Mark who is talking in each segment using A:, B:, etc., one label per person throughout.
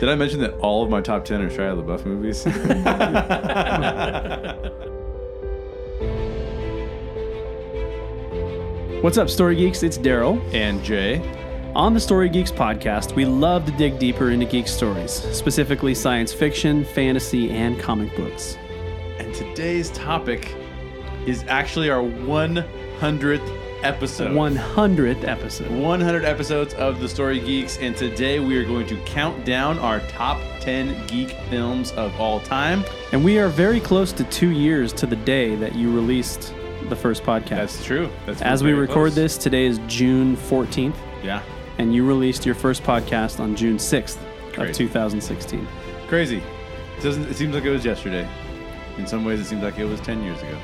A: Did I mention that all of my top 10 are Shia LaBeouf movies?
B: What's up, Story Geeks? It's Daryl.
A: and Jay.
B: On the Story Geeks podcast, we love to dig deeper into geek stories, specifically science fiction, fantasy, and comic books.
A: And today's topic is actually our 100th episode.
B: 100th episode.
A: 100 episodes of The Story Geeks, and today we are going to count down our top 10 geek films of all time.
B: And we are very close to two years to the day that you released the first podcast.
A: That's true. That's
B: As we
A: very
B: record
A: close.
B: this, today is June 14th,
A: Yeah.
B: and you released your first podcast on June 6th
A: Crazy.
B: of 2016.
A: Crazy. It doesn't it seems like it was yesterday. In some ways it seems like it was 10 years ago.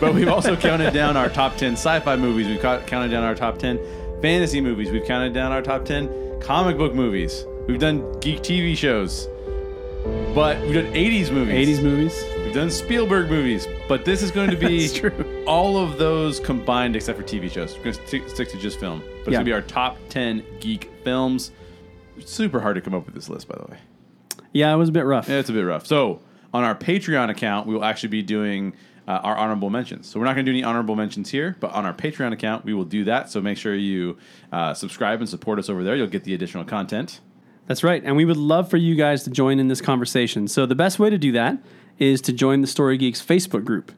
A: but we've also counted down our top 10 sci-fi movies. We've ca- counted down our top 10 fantasy movies. We've counted down our top 10 comic book movies. We've done geek TV shows. But we've done 80s movies.
B: 80s movies?
A: We've done Spielberg movies, but this is going to be
B: That's true.
A: all of those combined except for TV shows. We're going to stick- stick to just film. But it's
B: Yeah.
A: going to be our top 10 geek films. Super hard to come up with this list, by the way.
B: Yeah, it was a bit rough.
A: Yeah, it's a bit rough. So on our Patreon account, we will actually be doing uh, our honorable mentions. So we're not going to do any honorable mentions here, but on our Patreon account, we will do that. So make sure you uh, subscribe and support us over there. You'll get the additional content.
B: That's right. And we would love for you guys to join in this conversation. So, the best way to do that is to join the Story Geeks Facebook group.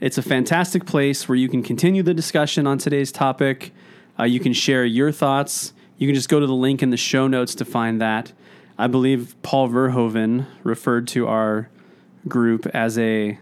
B: It's a fantastic place where you can continue the discussion on today's topic. Uh, you can share your thoughts. You can just go to the link in the show notes to find that. I believe Paul Verhoeven referred to our group as a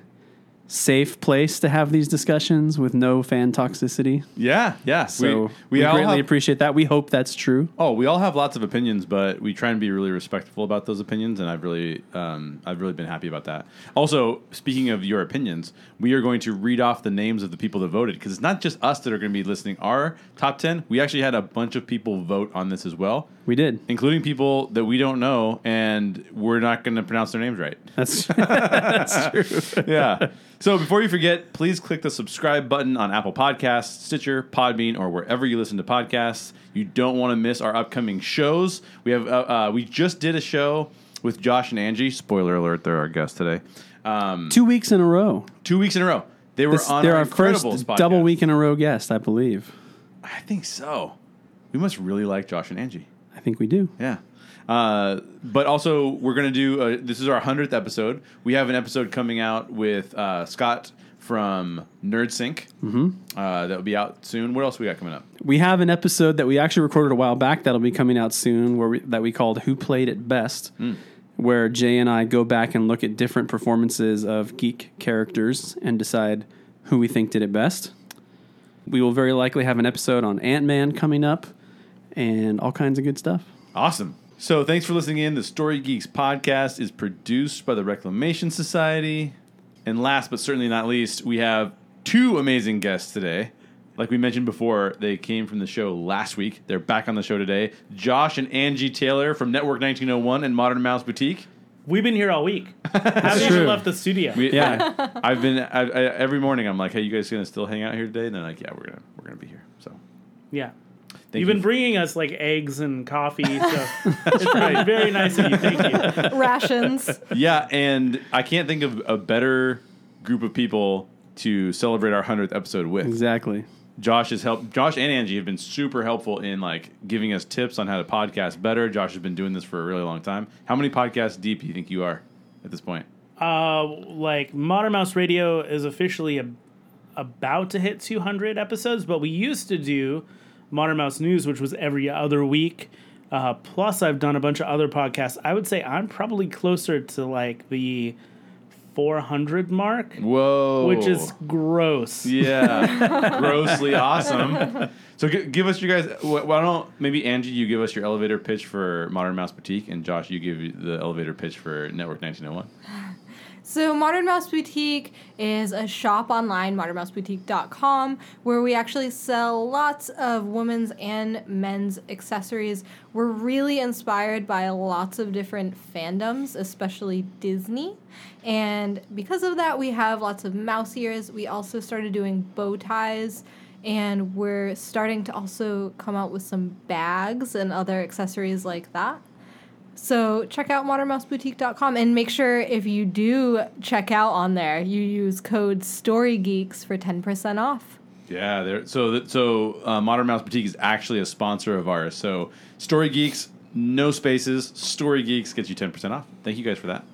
B: safe place to have these discussions with no fan toxicity.
A: Yeah, yeah.
B: So, we,
A: all
B: greatly
A: have-
B: appreciate that. We hope that's true.
A: Oh, we all have lots of opinions, but we try and be really respectful about those opinions, and I've really, um, I've really been happy about that. Also, speaking of your opinions, we are going to read off the names of the people that voted because it's not just us that are going to be listening. Our top ten, we actually had a bunch of people vote on this as well,
B: We did.
A: including people that we don't know, and we're not going to pronounce their names right.
B: That's
A: yeah. So before you forget, please click the subscribe button on Apple Podcasts, Stitcher, Podbean, or wherever you listen to podcasts. You don't want to miss our upcoming shows. We have uh, uh, we just did a show with Josh and Angie. Spoiler alert: they're our guests today. Um,
B: two weeks in a row.
A: two weeks in a row, they were
B: This,
A: on
B: they're
A: our
B: our first
A: Incredibles podcast.
B: double week in a row guest, I believe.
A: I think so. We must really like Josh and Angie.
B: I think we do.
A: Yeah. Uh, but also, we're going to do uh, this is our 100th episode. We have an episode coming out with uh, Scott from NerdSync mm-hmm. uh, that will be out soon. What else we got coming up?
B: We have an episode that we actually recorded a while back that'll be coming out soon, where we, that we called "Who Played It Best,"
A: Hmm.
B: where Jay and I go back and look at different performances of geek characters and decide who we think did it best. We will very likely have an episode on Ant Man coming up, and all kinds of good stuff.
A: Awesome. So, thanks for listening in. The Story Geeks podcast is produced by the Reclamation Society. And last but certainly not least, we have two amazing guests today. Like we mentioned before, they came from the show last week. They're back on the show today. Josh and Angie Taylor from Network 1901 and Modern Mouse Boutique.
C: We've been here all week. Haven't
B: true.
C: even left the studio.
A: We,
B: Yeah.
A: yeah, I've been I, I, every morning. I'm like, "Hey, you guys gonna still hang out here today?" And they're like, "Yeah, we're gonna we're gonna be here." So
C: yeah.
A: thank
C: You've
A: you.
C: been bringing us like eggs and coffee, so it's been very nice of you. Thank you.
D: rations.
A: yeah, and I can't think of a better group of people to celebrate our hundredth episode with.
B: Mm. Exactly.
A: Josh has helped. Josh and Angie have been super helpful in like giving us tips on how to podcast better. Josh has been doing this for a really long time. How many podcasts deep do you think you are at this point?
C: Uh, like Modern Mouse Radio is officially a, about to hit 200 episodes, but we used to do Modern Mouse News, which was every other week. Uh, plus, I've done a bunch of other podcasts. I would say I'm probably closer to like the 400 mark,
A: Whoa,
C: which is gross.
A: Yeah, grossly awesome. So g- give us your guys. wh- Why don't maybe Angie, you give us your elevator pitch for Modern Mouse Boutique, and Josh, you give the elevator pitch for Network 1901.
D: So, Modern Mouse Boutique is a shop online, modernmouseboutique.com, where we actually sell lots of women's and men's accessories. We're really inspired by lots of different fandoms, especially Disney. And because of that, we have lots of mouse ears. We also started doing bow ties. And we're starting to also come out with some bags and other accessories like that. So check out modernmouseboutique.com and make sure if you do check out on there, you use code StoryGeeks for 10% off.
A: Yeah, there. So that so uh, Modern Mouse Boutique is actually a sponsor of ours. So Story Geeks, no spaces. Story Geeks gets you ten percent off. Thank you guys for that.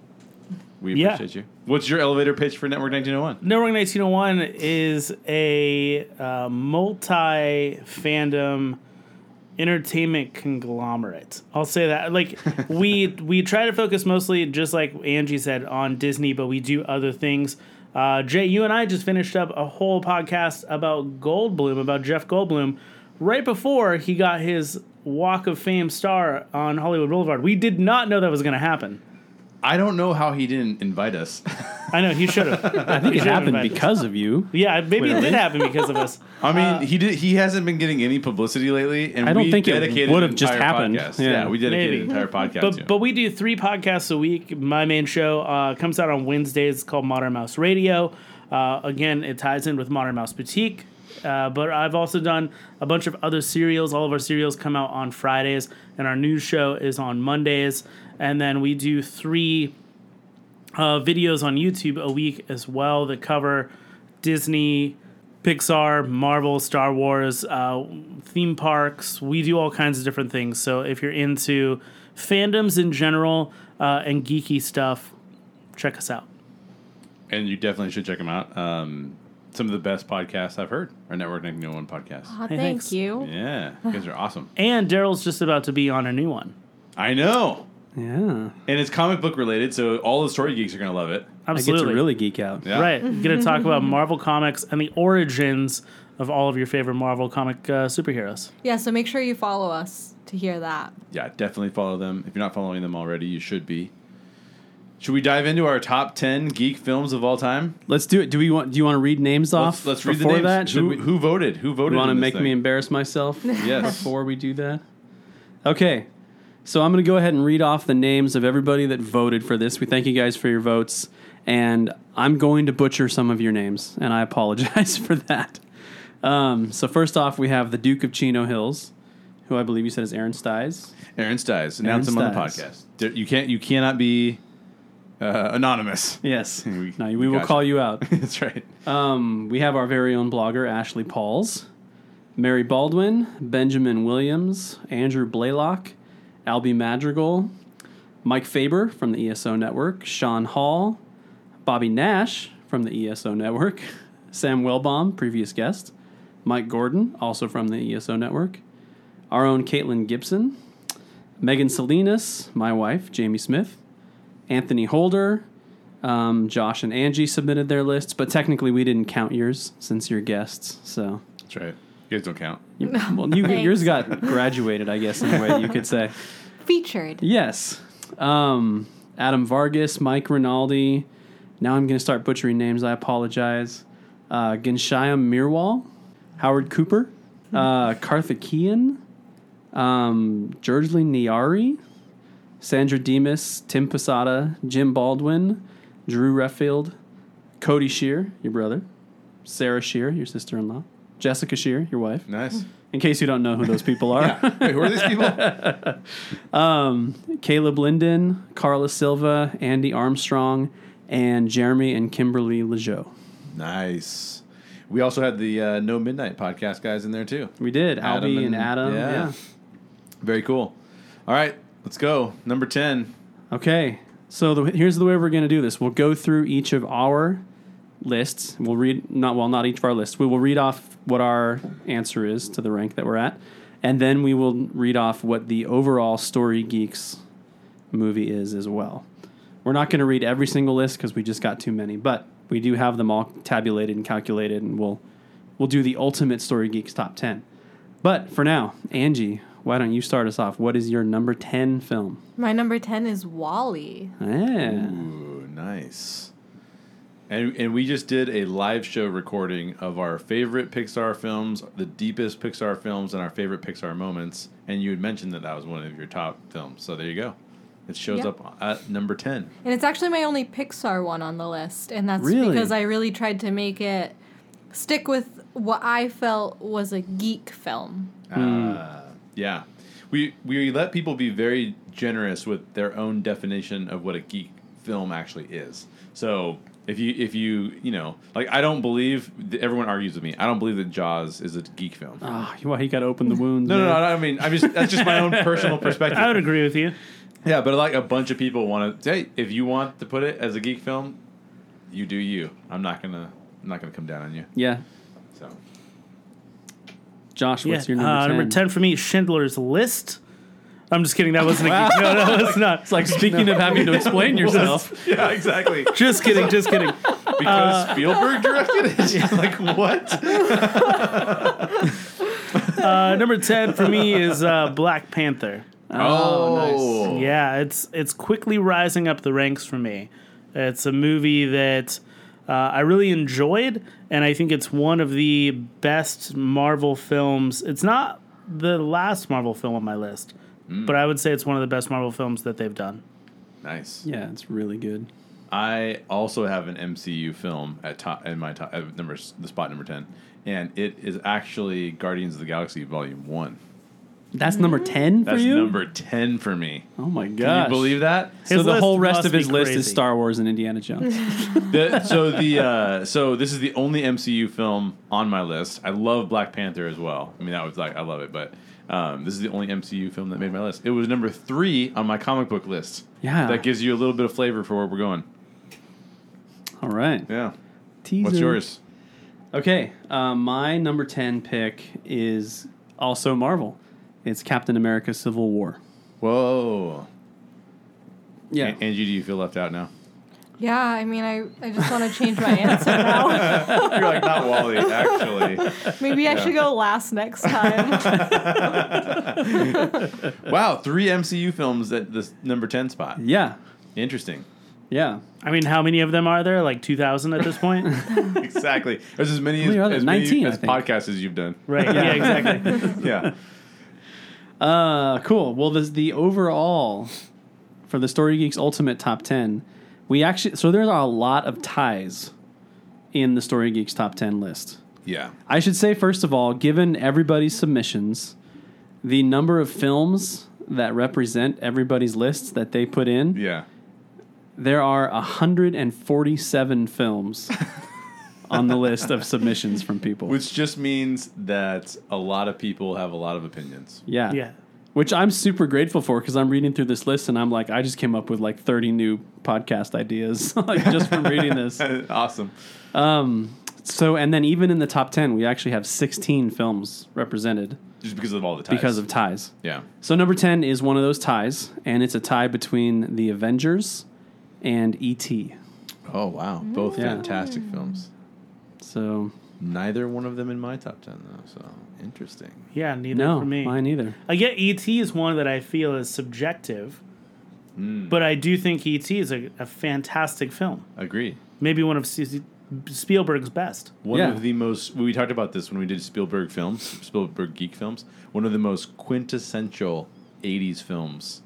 A: We
C: Yeah.
A: appreciate you. What's your elevator pitch for Network 1901?
C: Network 1901 is a uh, multi fandom entertainment conglomerate. I'll say that. Like we we try to focus mostly, just like Angie said, on Disney, but we do other things. Uh, Jay, you and I just finished up a whole podcast about Goldblum, about Jeff Goldblum, right before he got his Walk of Fame star on Hollywood Boulevard. We did not know that was going to happen.
A: I don't know how he didn't invite us.
C: I know he should have. I
B: think it happened because of you.
C: Yeah, maybe it
B: Clearly.
C: did happen because of us.
A: I mean, he did. He hasn't been getting any publicity lately, and
B: Uh, I don't
A: we
B: think it
A: dedicated
B: would've
A: an
B: just
A: entire
B: happened.
A: podcast. Yeah.
B: Yeah.
A: we dedicated
C: Maybe.
A: an entire podcast. to
C: But,
A: him.
C: but we do three podcasts a week. My main show uh, comes out on Wednesdays called Modern Mouse Radio. Uh, again, it ties in with Modern Mouse Boutique. Uh, but I've also done a bunch of other serials. All of our serials come out on Fridays, and our news show is on Mondays. And then we do three uh, videos on YouTube a week as well that cover Disney, Pixar, Marvel, Star Wars, uh, theme parks. We do all kinds of different things. So if you're into fandoms in general uh, and geeky stuff, check us out.
A: and you definitely should check him out. Um, some of the best podcasts I've heard are Network 1901 podcasts.
D: Aw,
C: Hey,
D: thank
C: thanks.
D: you.
A: Yeah, you guys are awesome.
C: And Daryl's just about to be on a new one.
A: I know,
B: Yeah.
A: and it's comic book related, so all the story geeks are gonna love it.
B: I get
C: Absolutely.
B: to really geek out.
A: Yeah.
C: Right. We're going to talk about Marvel Comics and the origins of all of your favorite Marvel comic uh, superheroes.
D: Yeah, so make sure you follow us to hear that.
A: yeah, definitely follow them. If you're not following them already, you should be. Should we dive into our top ten geek films of all time?
B: Let's do it. Do we want? Do you want to read names
A: Let's,
B: off?
A: let's read the
B: before
A: names.
B: that. Should
A: who,
B: we,
A: who voted? Who voted?
B: want to
A: in this
B: make me
A: thing?
B: embarrass myf
A: Yes.
B: before we do that? Okay. So I'm going to go ahead and read off the names of everybody that voted for this. We thank you guys for your votes, and I'm going to butcher some of your names, and I apologize for that. Um, so first off, we have the Duke of Chino Hills, who I believe you said is Aaron Stiles.
A: Aaron Stiles. Announce him on the
B: Stiles.
A: podcast. There- You can't. You cannot be uh, anonymous.
B: Yes.
A: We-
B: no, we
A: we
B: will
A: got
B: call you out.
A: That's right.
B: Um, we have our very own blogger, Ashley Pauls, Mary Baldwin, Benjamin Williams, Andrew Blaylock, Albie Madrigal, Mike Faber from the ESO Network, Sean Hall, Bobby Nash from the ESO Network, Sam Wilbaum, previous guest, Mike Gordon, also from the ESO Network, our own Caitlin Gibson, Megan Salinas, my wife, Jamie Smith, Anthony Holder, um, Josh and Angie submitted their lists, but technically we didn't count yours since you're guests. So,
A: That's right. You guys don't count.
B: you, well, you, yours got graduated, I guess, in a way you could say.
D: Featured.
B: Yes. Um, Adam Vargas, Mike Rinaldi. Now I'm going to start butchering names. I apologize. Uh, Ghanshyam Mirwal, Howard Cooper, uh, Karthikeyan, um, Georgely Niari, Sandra Demas, Tim Posada, Jim Baldwin, Drew Reffield, Cody Shear, your brother, Sarah Shear, your sister in law, Jessica Shear, your wife.
A: Nice.
B: In case you don't know who those people are.
A: Wait, who are these people?
B: Caleb Linden, Carla Silva, Andy Armstrong, and Jeremy and Kimberly Lejeune.
A: nice. We also had the uh, No Midnight podcast guys in there too.
B: We did.
A: Adam
B: Albie
A: and-
B: and, Adam.
A: yeah.
B: Yeah.
A: Very cool. All right, let's go. Number ten.
B: Okay. So the, here's the way we're going to do this. We'll go through each of our lists. We'll read not well, not each of our lists. We will read off what our answer is to the rank that we're at, and then we will read off what the overall Story Geeks movie is as well. We're not going to read every single list because we just got too many, but we do have them all tabulated and calculated, and we'll we'll do the ultimate Story Geeks top ten. But for now, Angie, why don't you start us off? What is your number ten film? Ah.
D: My number 10 is Wally.
B: Yeah.
A: Ooh, nice. And and we just did a live show recording of our favorite Pixar films, the deepest Pixar films, and our favorite Pixar moments. And you had mentioned that that was one of your top films, so there you go. It shows
D: Yeah.
A: up at number ten.
D: And it's actually my only Pixar one on the list. And that's
B: Really?
D: because I really tried to make it stick with what I felt was a geek film.
A: Uh, yeah. we we let people be very generous with their own definition of what a geek film actually is. So if you if you you know like I don't believe everyone argues with me. I don't believe that Jaws is a geek film.
B: Ah, well, you got to open the eh? wound.
A: no, no,
B: man.
A: no. I mean, I just that's just my own personal perspective.
C: I would agree with you.
A: Yeah, but like a bunch of people want to. Hey, if you want to put it as a geek film, you do you. I'm not gonna. I'm not gonna come down on you.
B: Yeah,
A: So
B: Josh, what's
C: yeah.
B: your number?
C: uh,
B: 10?
C: number ten for me, Schindler's List. I'm just kidding. That wasn't a geek. No, no, it's not.
B: It's like speaking of having to explain yourself.
A: yeah, exactly.
C: just kidding. Just kidding.
A: Because Spielberg directed it. like what?
C: Uh, number ten for me is uh, Black Panther.
A: Oh, nice.
C: Yeah, it's it's quickly rising up the ranks for me. It's a movie that uh, I really enjoyed, and I think it's one of the best Marvel films. It's not the last Marvel film on my list,
B: Hmm.
C: but I would say it's one of the best Marvel films that they've done.
A: Nice.
B: Yeah, it's really good.
A: I also have an MCU film at top in my top uh, number the spot number ten, and it is actually Guardians of the Galaxy Volume One.
B: That's number ten for
A: That's
B: you.
A: number ten for me.
B: oh my
A: Can
B: god!
A: you believe that?
B: So
C: His
B: the
C: list
B: whole rest
C: must
B: of his
C: be
B: list is
C: crazy.
B: Star Wars and Indiana Jones.
A: the, so the uh, so this is the only MCU film on my list. I love Black Panther as well. I mean, that was like I love it, but um, this is the only MCU film that made my list. It was number three on my comic book list.
B: Yeah.
A: that gives you a little bit of flavor for where we're going.
B: All right.
A: Yeah,
B: Teaser.
A: what's yours?
B: Okay, uh, my number ten pick is also Marvel. It's Captain America: Civil War.
A: Whoa,
B: Yeah,
A: An- Angie, do you feel left out now?
D: Yeah, I mean, I, I just want to change my answer now.
A: You're like not Wally, actually.
D: Maybe I should go last next time.
A: Wow, three MCU films at this number ten spot.
B: yeah,
A: Interesting.
B: yeah.
C: I mean, how many of them are there? Like 2,000 at this point?
A: Exactly. There's as many
B: How many are
A: as,
B: there?
A: as, many
B: 19, I
A: as
B: think.
A: podcasts as you've done.
C: right. Yeah, exactly.
A: Yeah.
B: Uh, cool. Well, this, the overall for the Story Geeks Ultimate Top 10, we actually, so there are a lot of ties in the Story Geeks Top 10 list.
A: Yeah.
B: I should say, first of all, given everybody's submissions, the number of films that represent everybody's lists that they put in,
A: Yeah.
B: there are 147 films on the list of submissions from people.
A: Which just means that a lot of people have a lot of opinions.
B: yeah.
C: Yeah.
B: Which I'm super grateful for because I'm reading through this list and I'm like, I just came up with like 30 new podcast ideas like just from reading this.
A: awesome.
B: So, and then even in the top 10, we actually have 16 films represented
A: Just because of all the ties.
B: because of ties.
A: yeah.
B: So, number 10 is one of those ties, and it's a tie between The Avengers and E E.T.
A: Oh wow, both
B: Yeah.
A: fantastic films.
B: So,
A: Neither one of them in my top ten though. So interesting.
C: Yeah, neither
B: no,
C: for me.
B: mine either.
C: I get ET is one that I feel is subjective,
A: Hmm.
C: but I do think ET is a, a fantastic film.
A: Agreed.
C: Maybe one of C- Spielberg's best.
A: One
B: Yeah.
A: of the most we talked about this when we did Spielberg films, Spielberg geek films. One of the most quintessential '80s films.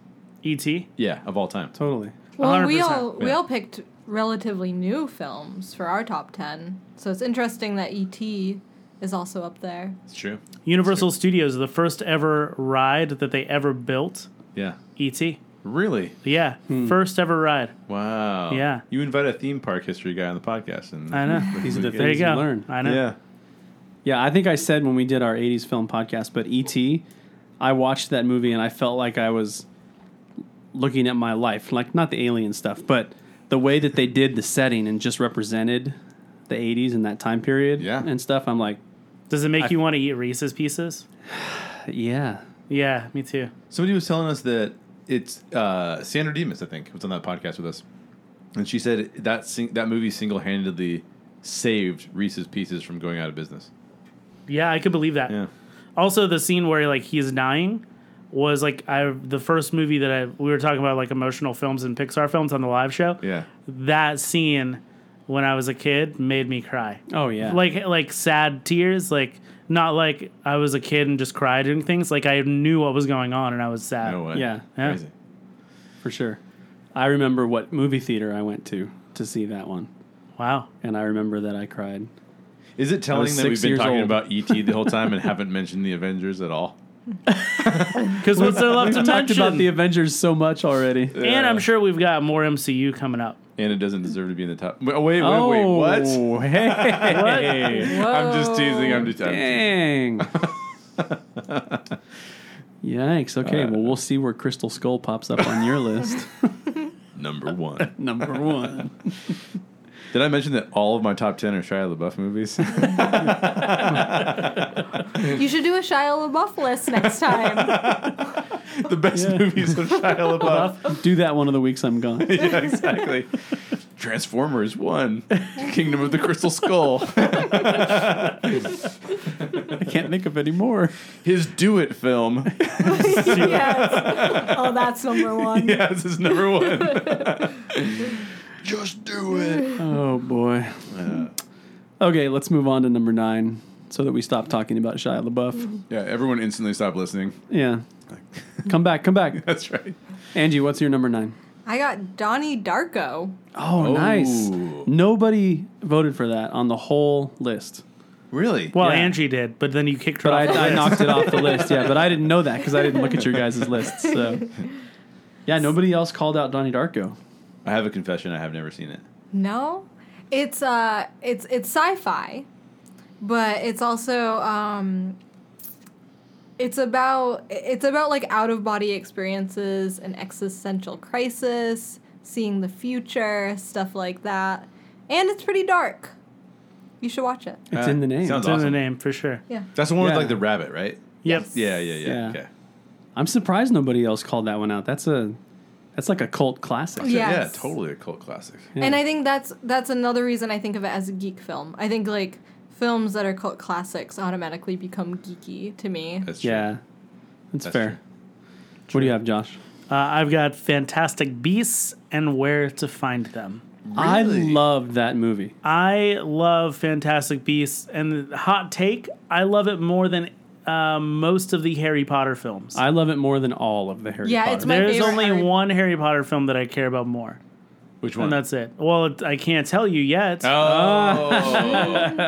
C: ET.
A: Yeah, of all time.
B: Totally.
D: Well, we
C: 100%,
D: all we
A: yeah.
D: all picked relatively new films for our top ten, so it's interesting that E.T. is also up there.
A: It's true.
C: Universal Studios, the first ever ride that they ever built.
A: Yeah.
C: ET.
A: Really?
C: Yeah,
B: Hmm.
C: first ever ride.
A: Wow.
C: Yeah.
A: You invite a theme park history guy on the podcast, and
C: I know.
B: These are the
A: There
C: there
B: things
C: you
B: you,
C: go.
B: learn.
C: I know.
A: yeah.
B: Yeah, I think I said when we did our 80s film podcast, but E.T., I watched that movie and I felt like I was looking at my life, like not the alien stuff, but the way that they did the setting and just represented the 80s and that time period
A: Yeah.
B: and stuff. I'm like,
C: Does it make you want to eat Reese's Pieces?
B: yeah.
C: Yeah, me too.
A: Somebody was telling us that it's uh, Sandra Demas, I think, was on that podcast with us, and she said that sing- that movie single handedly saved Reese's Pieces from going out of business.
C: Yeah, I could believe that.
A: Yeah,
C: Also, the scene where like he's dying was like I the first movie that I we were talking about like emotional films and Pixar films on the live show.
A: yeah,
C: That scene when I was a kid made me cry.
B: Oh, yeah.
C: Like like sad tears, like not like I was a kid and just cried and things. Like I knew what was going on and I was sad.
A: no way,
B: Uh, yeah,
C: Yeah.
A: crazy.
B: for sure. I remember what movie theater I went to to see that one.
C: Wow.
B: And I remember that I cried.
A: Is it telling
B: was
A: that we've
B: six
A: been
B: years
A: talking E
B: old.
A: about ET the whole time and haven't mentioned the Avengers at all?
C: Because what's there left to
B: Talked
C: mention?
B: about the Avengers so much already.
C: and I'm sure we've got more MCU coming up.
A: And it doesn't deserve to be in the top. Wait, wait, wait, wait what?
B: Oh, Hey.
A: I'm just teasing. I'm just. I'm teasing.
B: Dang. Yikes. Okay. well, we'll see where Crystal Skull pops up on your list.
A: Number one.
B: Number one.
A: Did I mention that all of my top ten are Shia LaBeouf movies?
D: You should do a Shia LaBeouf list next time.
A: the best
B: Yeah.
A: movies of Shia LaBeouf.
B: Do that one of the weeks I'm gone.
A: yeah, exactly. Transformers One, Kingdom of the Crystal Skull,
B: I can't think of any more.
A: his Do It film.
D: yes. Oh, that's number one.
A: Yeah, this is number one. Just do it. Uh,
B: Oh, boy. Okay. Let's move on to number nine so that we stop talking about Shia LaBeouf.
A: Yeah, everyone instantly stopped listening.
B: Yeah. Come back. Come back.
A: That's right.
B: Angie, what's your number nine?
D: I got Donnie Darko.
B: Oh, nice.
A: Oh.
B: Nobody voted for that on the whole list.
A: Really?
C: Well,
B: Yeah.
C: Angie did, but then you kicked her
B: But
C: off. the
B: I, I
C: list.
B: knocked it off the list. Yeah, but I didn't know that because I didn't look at your guys' lists. So, yeah, nobody else called out Donnie Darko.
A: I have a confession. I have never seen it.
D: No, it's uh, it's it's sci-fi, but it's also um, it's about it's about like out-of-body experiences, an existential crisis, seeing the future, stuff like that, and it's pretty dark. You should watch it.
B: It's
A: Uh,
B: in the name.
A: sounds
C: It's in the
A: Awesome.
C: name for sure.
D: Yeah.
A: That's the one
B: Yeah.
A: with like the rabbit, right?
C: Yep.
A: Yeah, yeah, yeah.
B: Yeah.
A: Okay.
B: I'm surprised nobody else called that one out. That's a that's like a cult classic.
A: Yeah,
D: Yeah. Yes.
A: totally a cult classic.
D: And I think that's that's another reason I think of it as a geek film. I think like films that are cult classics automatically become geeky to me.
A: That's true.
B: yeah, that's,
A: That's
B: fair. What do you have, Josh?
C: Uh, I've got Fantastic Beasts and Where to Find Them.
B: I
A: Really?
B: loved that movie.
C: I love Fantastic Beasts, and the hot take, I love it more than uh, most of the Harry Potter films.
B: I love it more than all of the Harry
D: Yeah,
B: Potter.
D: it's my-
C: There's
D: favorite
C: only
D: Harry-
C: one Harry Potter film that I care about more,
A: Which one?
C: and that's it. Well, it, I can't tell you yet.
A: Oh,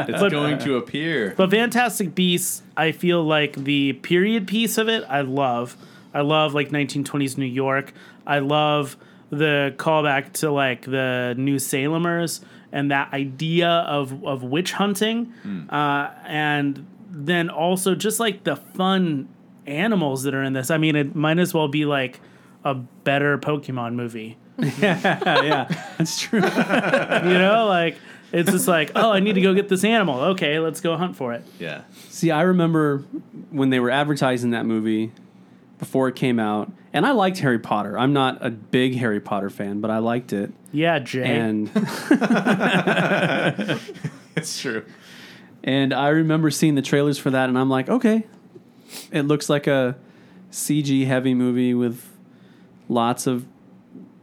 A: it's going to appear.
C: But Fantastic Beasts, I feel like the period piece of it, I love. I love like 1920s New York. I love the callback to like the New Salemers and that idea of, of witch hunting. Uh, and then also just like the fun animals that are in this. I mean, it might as well be like a better Pokemon movie.
B: yeah, yeah, that's true.
C: You know, like it's just like, oh, I need to go get this animal. Okay, let's go hunt for it.
A: Yeah.
B: See, I remember when they were advertising that movie before it came out, and I liked Harry Potter. I'm not a big Harry Potter fan, but I liked it.
C: Yeah, Jay.
B: And
A: It's true.
B: and I remember seeing the trailers for that, and I'm like, okay, it looks like a CG heavy movie with lots of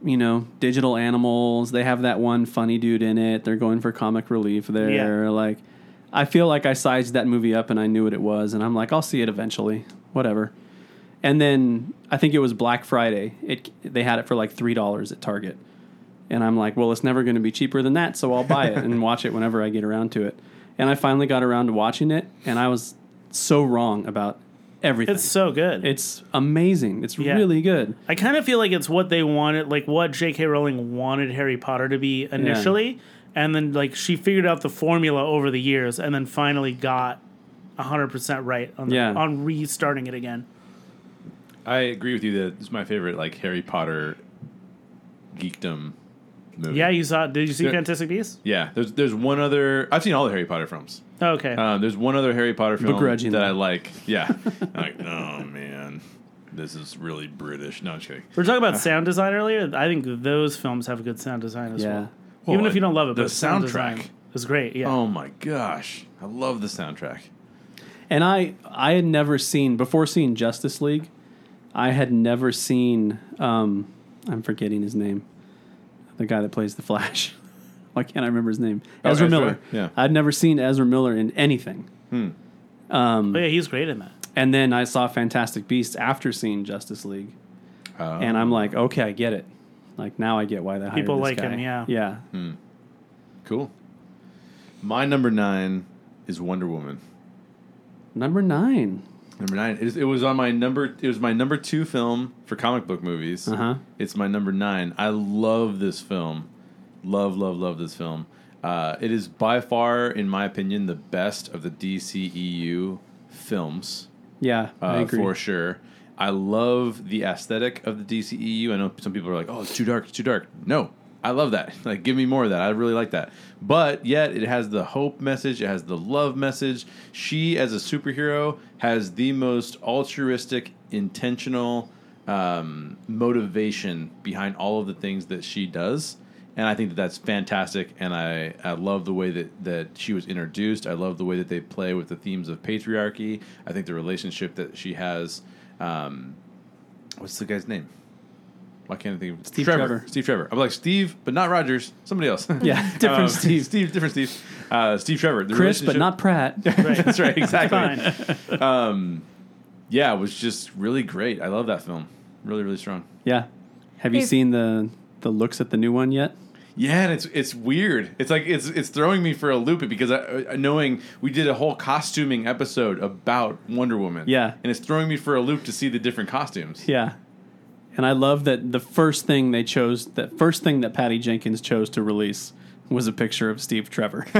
B: you know digital animals. They have that one funny dude in it. They're going for comic relief there. Like, I feel like I sized that movie up and I knew what it was, and I'm like, I'll see it eventually. Whatever. And then I think it was Black Friday. It they had it for like three dollars at Target, and I'm like, well, it's never going to be cheaper than that, so I'll buy it and watch it whenever I get around to it. And I finally got around to watching it, and I was so wrong about everything.
C: It's
B: It's,
C: so good.
B: amazing. It's
C: Yeah.
B: really good.
C: I kind of feel like it's what they wanted, like what J.K. Rowling wanted Harry Potter to be initially, and then like she figured out the formula over the years, and then finally got hundred percent right on the,
B: Yeah.
C: on restarting it again.
A: I agree with you that it's my favorite like Harry Potter geekdom movie.
C: Yeah, you saw? Did you see
A: Yeah.
C: Fantastic Beasts?
A: Yeah, there's there's one other I've seen all the Harry Potter films.
C: Okay,
A: Um, there's one other Harry Potter film
B: Begrudgingly.
A: that I like. Yeah. I'm like, oh man. This is really British. No, I'm just kidding.
C: we were talking about sound design earlier. I think those films have good sound design as
B: Yeah.
C: well, even
A: Well,
C: if you don't love it.
A: the
C: but sound
A: soundtrack.
C: design is great. Yeah,
A: Oh my gosh. I love the soundtrack.
B: And I I had never seen before seeing Justice League, I had never seen um I'm forgetting his name. The guy that plays the Flash. Why can't I remember his name?
A: Oh,
B: Ezra,
A: Ezra,
B: Miller.
A: yeah.
B: I'd never seen Ezra Miller in anything.
A: Um,
C: but yeah, he's great in that.
B: And then I saw Fantastic Beasts after seeing Justice League.
A: Uh,
B: and
A: Oh.
B: I'm like, okay, I get it. Like now I get why they hired
C: People
B: this
C: like
B: guy.
C: him, yeah.
B: Yeah.
A: Hmm. Cool. My number nine is Wonder Woman.
B: Number nine.
A: Number nine. It, is, it was on my number. It was my number two film for comic book movies.
B: Uh-huh.
A: It's my number nine. I love this film. Love, love, love this film. Uh, it is by far, in my opinion, the best of the DCEU films
B: Yeah, I
A: uh,
B: agree.
A: for sure. I love the aesthetic of the DCEU. I know some people are like, oh, it's too dark, it's too dark. No, I love that. Like, give me more of that. I really like that. But yet, it has the hope message, it has the love message. She, as a superhero, has the most altruistic, intentional um, motivation behind all of the things that she does. And I think that that's fantastic. And I, I love the way that, that she was introduced. I love the way that they play with the themes of patriarchy. I think the relationship that she has. Um, what's the guy's name? Why can't I think of
B: Steve Trevor.
A: Steve Trevor. I'm like Steve, but not Rogers. Somebody else.
B: Yeah, different
A: Um,
B: Steve.
A: Steve, different Steve. Uh, Steve Trevor. The
B: Chris, but
A: relationship-
B: not Pratt.
C: Right.
A: That's right. Exactly
C: Fine.
A: yeah, it was just really great. I love that film. Really, really strong.
B: yeah. Have you
D: If-
B: seen the the looks at the new one yet?
A: Yeah, and it's it's weird. It's like it's it's throwing me for a loop because I, I knowing we did a whole costuming episode about Wonder Woman.
B: Yeah.
A: and it's throwing me for a loop to see the different costumes.
B: Yeah. And I love that the first thing they chose, that first thing that Patty Jenkins chose to release was a picture of Steve Trevor.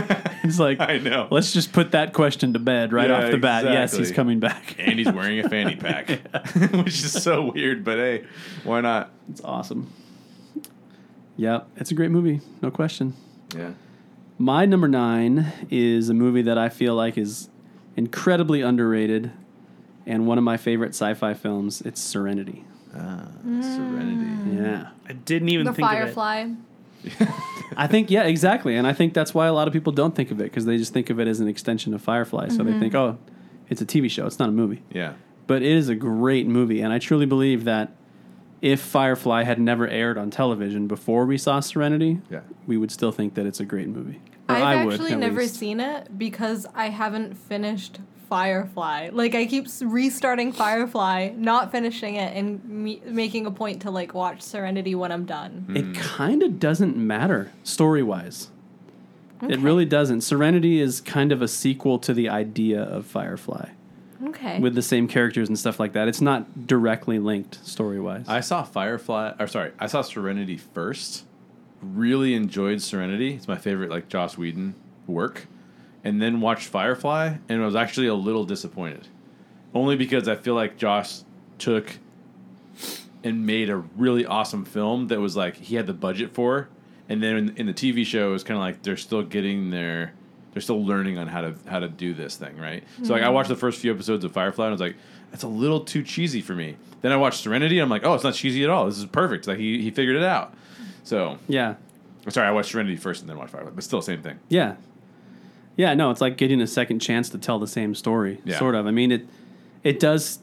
B: it's like,
A: I know.
B: Let's just put that question to bed right
A: Yeah,
B: off the bat. Yes,
A: exactly.
B: he's coming back.
A: And he's wearing a fanny pack, which is so weird. But hey, why not?
B: It's awesome. Yep, it's a great movie, no question.
A: Yeah,
B: My number nine is a movie that I feel like is incredibly underrated and one of my favorite sci fi films. It's Serenity.
A: Ah, Serenity.
B: Yeah.
C: I didn't even
D: The
C: think of
D: Firefly.
B: I think, yeah, exactly. And I think that's why a lot of people don't think of it because they just think of it as an extension of Firefly. So
D: Mm-hmm.
B: they think, oh, it's a TV show, it's not a movie.
A: Yeah,
B: But it is a great movie. And I truly believe that if Firefly had never aired on television before we saw Serenity,
A: yeah.
B: we would still think that it's a great movie. Or I
D: I've
B: would,
D: actually
B: at
D: never
B: least.
D: seen it because I haven't finished Firefly. Like I keep s- restarting Firefly, not finishing it, and me- making a point to like watch Serenity when I'm done.
B: It kind of doesn't matter story wise. It really doesn't. Serenity is kind of a sequel to the idea of Firefly
D: Okay.
B: with the same characters and stuff like that. It's not directly linked story wise.
A: I saw Firefly, or sorry, I saw Serenity first. Really enjoyed Serenity. It's my favorite, like Joss Whedon work. And then watched Firefly, and I was actually a little disappointed, only because I feel like Joss took and made a really awesome film that was like he had the budget for, and then in, in the TV show it was kind of like they're still getting their, they're still learning on how to how to do this thing, right? So like I watched the first few episodes of Firefly and I was like, that's a little too cheesy for me. Then I watched Serenity and I'm like, oh, it's not cheesy at all. This is perfect. Like he he figured it out. So
B: yeah.
A: sorry, I watched Serenity first and then watched Firefly, but still same thing.
B: Yeah. Yeah, no, it's like getting a second chance to tell the same story,
A: Yeah.
B: sort of. I mean, it it does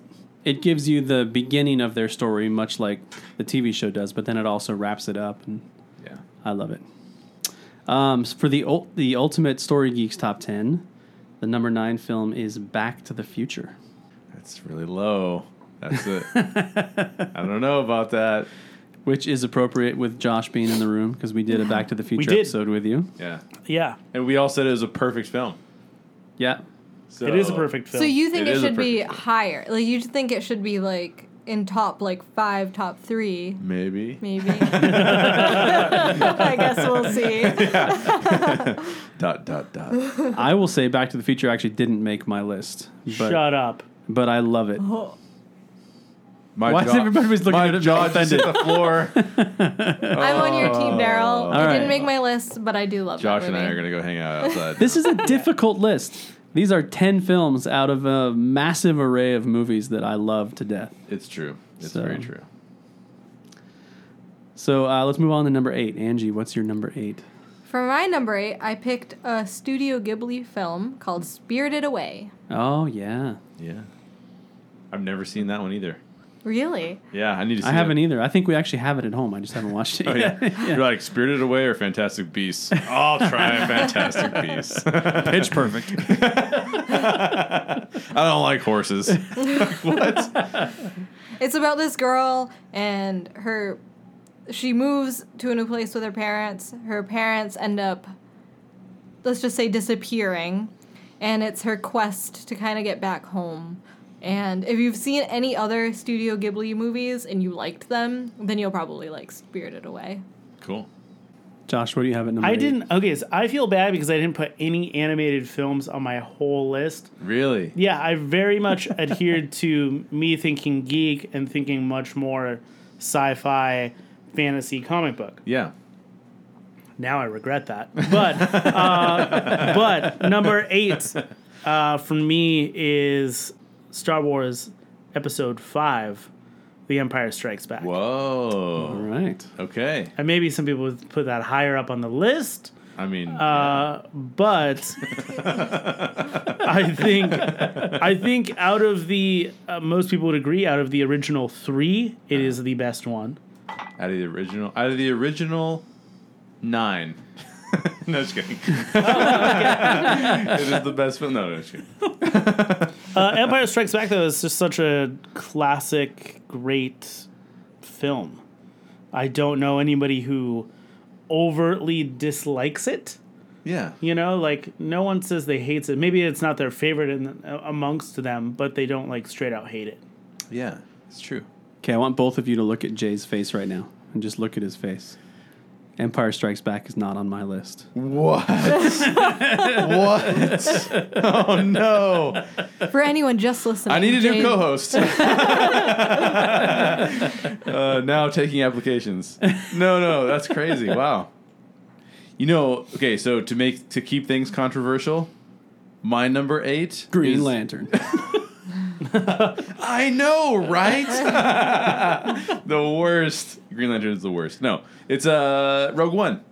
B: it gives you the beginning of their story much like the TV show does, but then it also wraps it up and
A: Yeah.
B: I love it. Um, s- for the ul- the ultimate story geeks top ten, the number nine film is Back to the Future.
A: That's really low. That's it. I don't know about that.
B: Which is appropriate with Josh being in the room because we did a Back to the Future
C: did.
B: episode with you.
A: Yeah.
C: it. Yeah,
A: And we all said it was a perfect film.
B: Yeah,
A: So
C: it is a perfect film.
D: so you think
A: It
D: it,
A: is a
D: should be
A: perfect-
D: higher? Like you think it should be like in top like five, top three,
A: maybe.
D: maybe. I guess we'll see.
A: Dot dot dot.
B: I will say Back to the Future actually didn't make my list, but
C: shut up.
B: but I love it.
A: My
B: Why is everybody always looking
A: my
B: at it
A: jaw just
B: offended?
A: hit the floor.
D: I'm on your team, Daryl. It
B: right.
D: didn't make my list, but I do love
A: Josh
D: that
A: and I
D: movie.
A: are gonna go hang out outside.
B: This is a difficult list. These are ten films out of a massive array of movies that I love to death.
A: it's true. It's
B: So-
A: very true.
B: So uh, let's move on to number eight. Angie, what's your number eight?
D: For my number eight, I picked a Studio Ghibli film called Spirited Away.
B: Oh yeah,
A: Yeah. I've never seen that one either.
D: Really?
A: Yeah, I need to. see
B: I haven't
A: that.
B: either. I think we actually have it at home. I just haven't watched it
A: Oh,
B: yet.
A: yeah. You're like Spirited Away or Fantastic Beasts. I'll try Fantastic Beasts.
B: Pitch Perfect.
A: I don't like horses. what?
D: It's about this girl and her. She moves to a new place with her parents. Her parents end up, let's just say, disappearing. And it's her quest to kind of get back home. And if you've seen any other Studio Ghibli movies and you liked them, then you'll probably like Spirited Away.
A: Cool.
B: Josh, what do you have at number?
C: I
B: eight?
C: didn't. Okay, so I feel bad because I didn't put any animated films on my whole list.
A: Really?
C: Yeah, I very much adhered to me thinking geek and thinking much more sci-fi, fantasy comic book.
A: Yeah.
C: Now I regret that. But uh, but number eight uh, for me is Star Wars Episode Five, The Empire Strikes Back.
B: All
A: Whoa.
B: right.
A: Okay.
C: And maybe some people would put that higher up on the list.
A: I mean,
C: Uh, but I think I think out of the uh, most people would agree out of the original three, it is the best one.
A: out of the original, out of the original nine. no, just kidding. it is the best film. No, no, just kidding.
C: Uh, Empire Strikes Back though is just such a classic, great film. I don't know anybody who overtly dislikes it.
A: Yeah.
C: You know, like no one says they hates it. Maybe it's not their favorite in, amongst them, but they don't like straight out hate it.
A: Yeah. It's true.
B: Okay, I want both of you to look at Jay's face right now and just look at his face. Empire Strikes Back is not on my list.
A: What? what? Oh no!
D: For anyone just listening,
A: I need a new
D: Jade-
A: co-host. uh, now taking applications. No, no, that's crazy. Wow. You know, okay, so to make to keep things controversial, my number eight,
B: Green
A: is-
B: Lantern.
A: I know, right? the worst. Green Lantern is the worst. No, it's uh, Rogue One.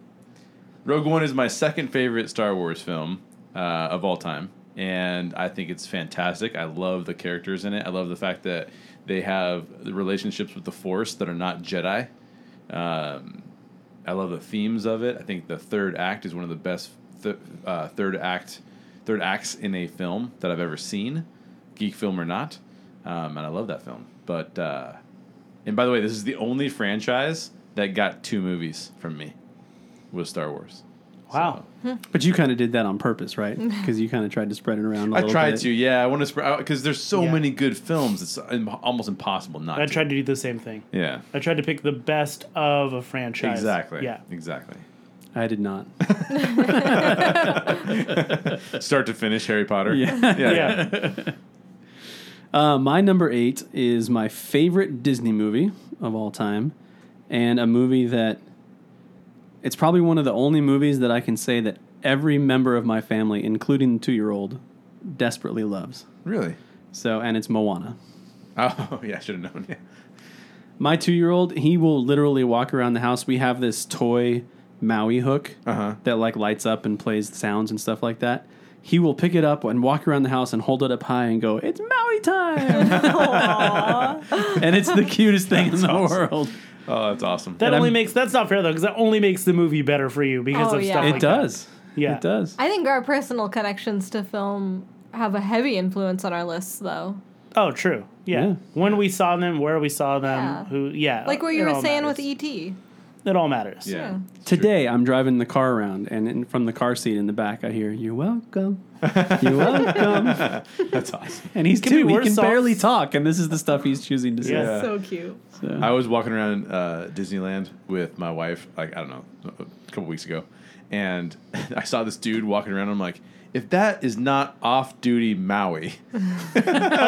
A: Rogue One is my second favorite Star Wars film uh, of all time, and I think it's fantastic. I love the characters in it. I love the fact that they have the relationships with the Force that are not Jedi. Um, I love the themes of it. I think the third act is one of the best th- uh, third act third acts in a film that I've ever seen, geek film or not. Um, and I love that film. But uh, and by the way, this is the only franchise that got two movies from me was Star Wars.
C: Wow.
B: but you kind of did that on purpose, right? Because you kind of tried to spread it around. I
A: I tried to, yeah. I want to spread because there's so
C: Yeah.
A: many good films. It's im- almost impossible not.
C: I
A: to.
C: tried to do the same thing.
A: Yeah.
C: I tried to pick the best of a franchise.
A: Exactly.
C: Yeah.
A: Exactly.
B: I did not.
A: Start to finish, Harry Potter.
B: Yeah.
A: Yeah.
C: Yeah.
B: Uh, my number eight is my favorite Disney movie of all time, and a movie that it's probably one of the only movies that I can say that every member of my family, including the two year old, desperately loves.
A: Really?
B: So, and it's Moana.
A: Oh yeah, I should have known. Yeah.
B: My two year old, he will literally walk around the house. We have this toy Maui hook
A: Uh-huh.
B: that like lights up and plays the sounds and stuff like that. He will pick it up and walk around the house and hold it up high and go, "It's Maui time!"
D: Aw.
B: and it's the cutest thing in the world.
A: Oh, that's awesome.
C: That
B: And
C: only
B: I'm-
C: makes that's not fair though, because that only makes the movie better for you because
D: Oh,
C: of
D: yeah.
C: stuff.
B: It
C: like that.
B: does.
C: Yeah.
B: It does.
D: I think our personal connections to film have a heavy influence on our lists, though.
C: Oh, true. Yeah.
B: Yeah.
C: When we saw them, where we saw them,
D: Yeah.
C: who? Yeah.
D: Like what you
C: Uh, it
D: were
C: all
D: saying
C: matters.
D: with E ET.
C: It all matters.
A: yeah.
B: Today, I'm driving the car around, and in, from the car seat in the back, I hear, "You're welcome. You're welcome."
A: That's awesome.
B: And he's
C: Could be
B: two. He
C: worse
B: can
C: off.
B: barely talk, and this is the stuff he's choosing to say.
C: Yeah.
D: So cute.
B: So-
A: I was walking around uh, Disneyland with my wife, like I don't know, a couple weeks ago, and I saw this dude walking around. I'm like, if that is not off-duty Maui,
C: Oh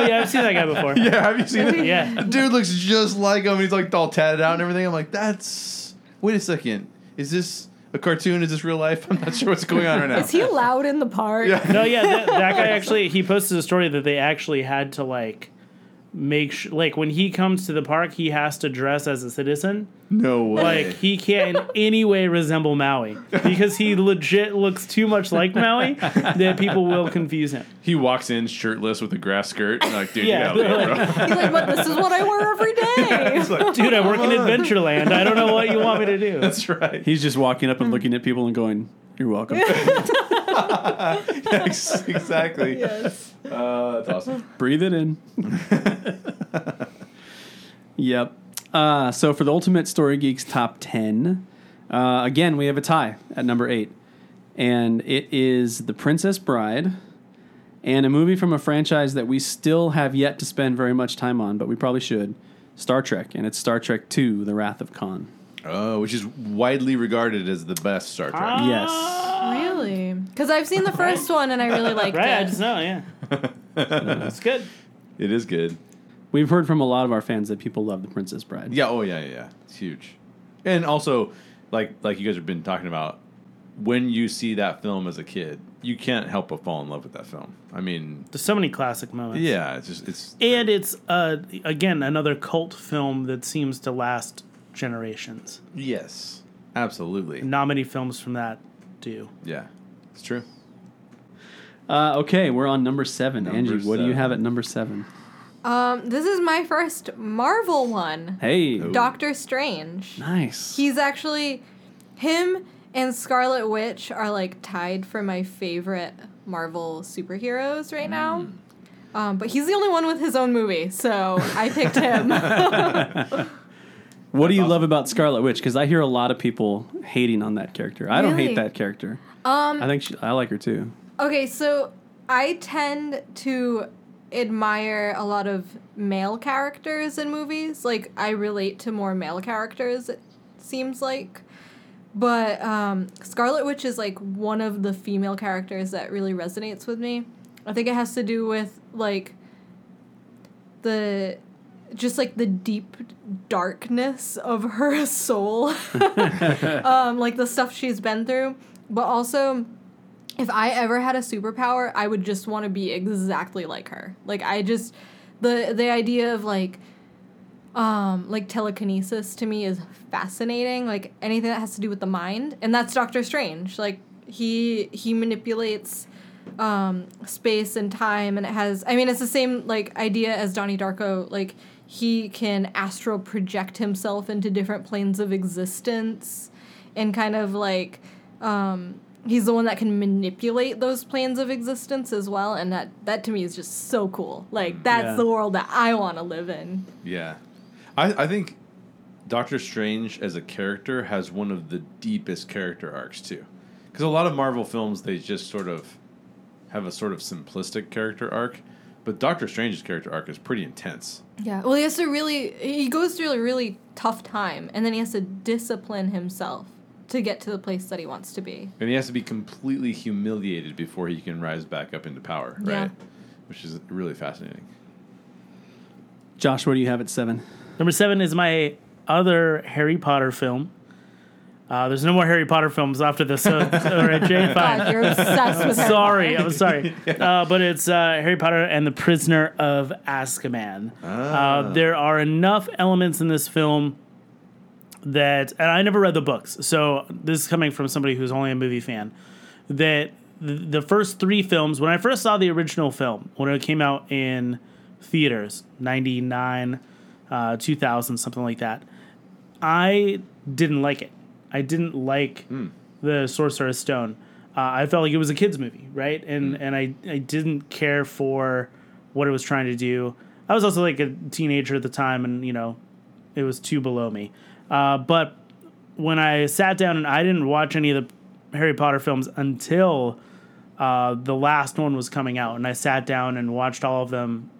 C: yeah, I've seen that guy before.
A: yeah, have you seen it?
C: Yeah.
A: The dude looks just like him. He's like all tatted out and everything. I'm like, that's. Wait a second, is this a cartoon? Is this real life? I'm not sure what's going on right now.
D: Is he loud in the park?
A: Yeah.
C: No, yeah, that, that guy actually he posted a story that they actually had to like make sh- like when he comes to the park, he has to dress as a citizen.
A: no way.
C: Like he can't in any way resemble Maui because he legit looks too much like Maui that people will confuse him.
A: he walks in shirtless with a grass skirt. and like, dude,
C: Yeah,
A: you got
C: they're
D: He's like, but this is what I wear every day.
C: Dude, I work in
A: Come on.
C: Adventureland. I don't know what you want me to do.
A: That's right.
B: He's just walking up and looking at people and going, "You're welcome."
A: Yes, exactly.
D: yes.
A: Uh, that's awesome.
B: Breathe it in. yep. Uh, so for the Ultimate Story Geeks top 10, uh, again, we have a tie at number eight. And it is The Princess Bride and a movie from a franchise that we still have yet to spend very much time on, but we probably should Star Trek. And it's Star Trek II The Wrath of Khan.
A: Oh, which is widely regarded as the best Star Trek.
C: Ah,
B: Yes.
D: Really? Because I've seen the first one and I really liked
C: Right, I
D: it.
C: just know, yeah. That's good.
A: It is good.
B: We've heard from a lot of our fans that people love The Princess Bride.
A: Yeah. Oh, yeah, yeah, yeah. It's huge. And also, like like you guys have been talking about, when you see that film as a kid, you can't help but fall in love with that film. I mean,
C: There's so many classic moments.
A: yeah, it's just it's
C: And it's uh, again another cult film that seems to last generations.
A: yes, absolutely.
C: Not many films from that do.
A: Yeah, it's true.
B: Uh, okay, we're on number seven.
A: Number
B: Angie, what do you
A: seven.
B: have at number seven?
D: Um, this is my first Marvel one.
B: Hey,
A: Ooh.
D: Doctor Strange.
B: nice.
D: He's actually him and Scarlet Witch are like tied for my favorite Marvel superheroes right now. Um, but he's the only one with his own movie, so I picked him.
B: What do you love about Scarlet Witch? Because I hear a lot of people hating on that character. I don't
D: Really?
B: hate that character. Um, I think she, I like her too.
D: Okay, so I tend to admire a lot of male characters in movies. Like I relate to more male characters it seems like. But um Scarlet Witch is like one of the female characters that really resonates with me. I think it has to do with like the just like the deep darkness of her soul. um like the stuff she's been through, but also if I ever had a superpower, I would just want to be exactly like her. Like I just the the idea of like um like telekinesis to me is fascinating. Like anything that has to do with the mind, and that's Doctor Strange. Like he he manipulates um space and time and it has I mean it's the same like idea as Donnie Darko like he can astral project himself into different planes of existence and kind of like um he's the one that can manipulate those planes of existence as well and that that to me is just so cool like that's
B: Yeah.
D: the world that i want to live in
A: Yeah, I I think Doctor Strange as a character has one of the deepest character arcs too, because a lot of Marvel films they just sort of have a sort of simplistic character arc, but Doctor Strange's character arc is pretty intense.
D: yeah well he has to really he goes through a really tough time and then he has to discipline himself to get to the place that he wants to be
A: And he has to be completely humiliated before he can rise back up into power,
D: Yeah.
A: right? Which is really fascinating.
B: Josh, what do you have at seven?
C: Number seven is my other Harry Potter film. Uh, there's no more Harry Potter films after this. So, all right, Jay, fine.
D: god you're obsessed with her
C: sorry, I'm sorry. Uh, but it's uh, Harry Potter and the Prisoner of Azkaban. Uh, there are enough elements in this film that, and I never read the books, so this is coming from somebody who's only a movie fan, that th- the first three films, when I first saw the original film, when it came out in theaters, 99, uh, 2000, something like that, I didn't like it. I didn't like the Sorcerer's Stone. Uh, I felt like it was a kids movie, right? And and I I didn't care for what it was trying to do. I was also like a teenager at the time, and you know, it was two below me. Uh, but when I sat down and I didn't watch any of the Harry Potter films until uh, the last one was coming out, and I sat down and watched all of them,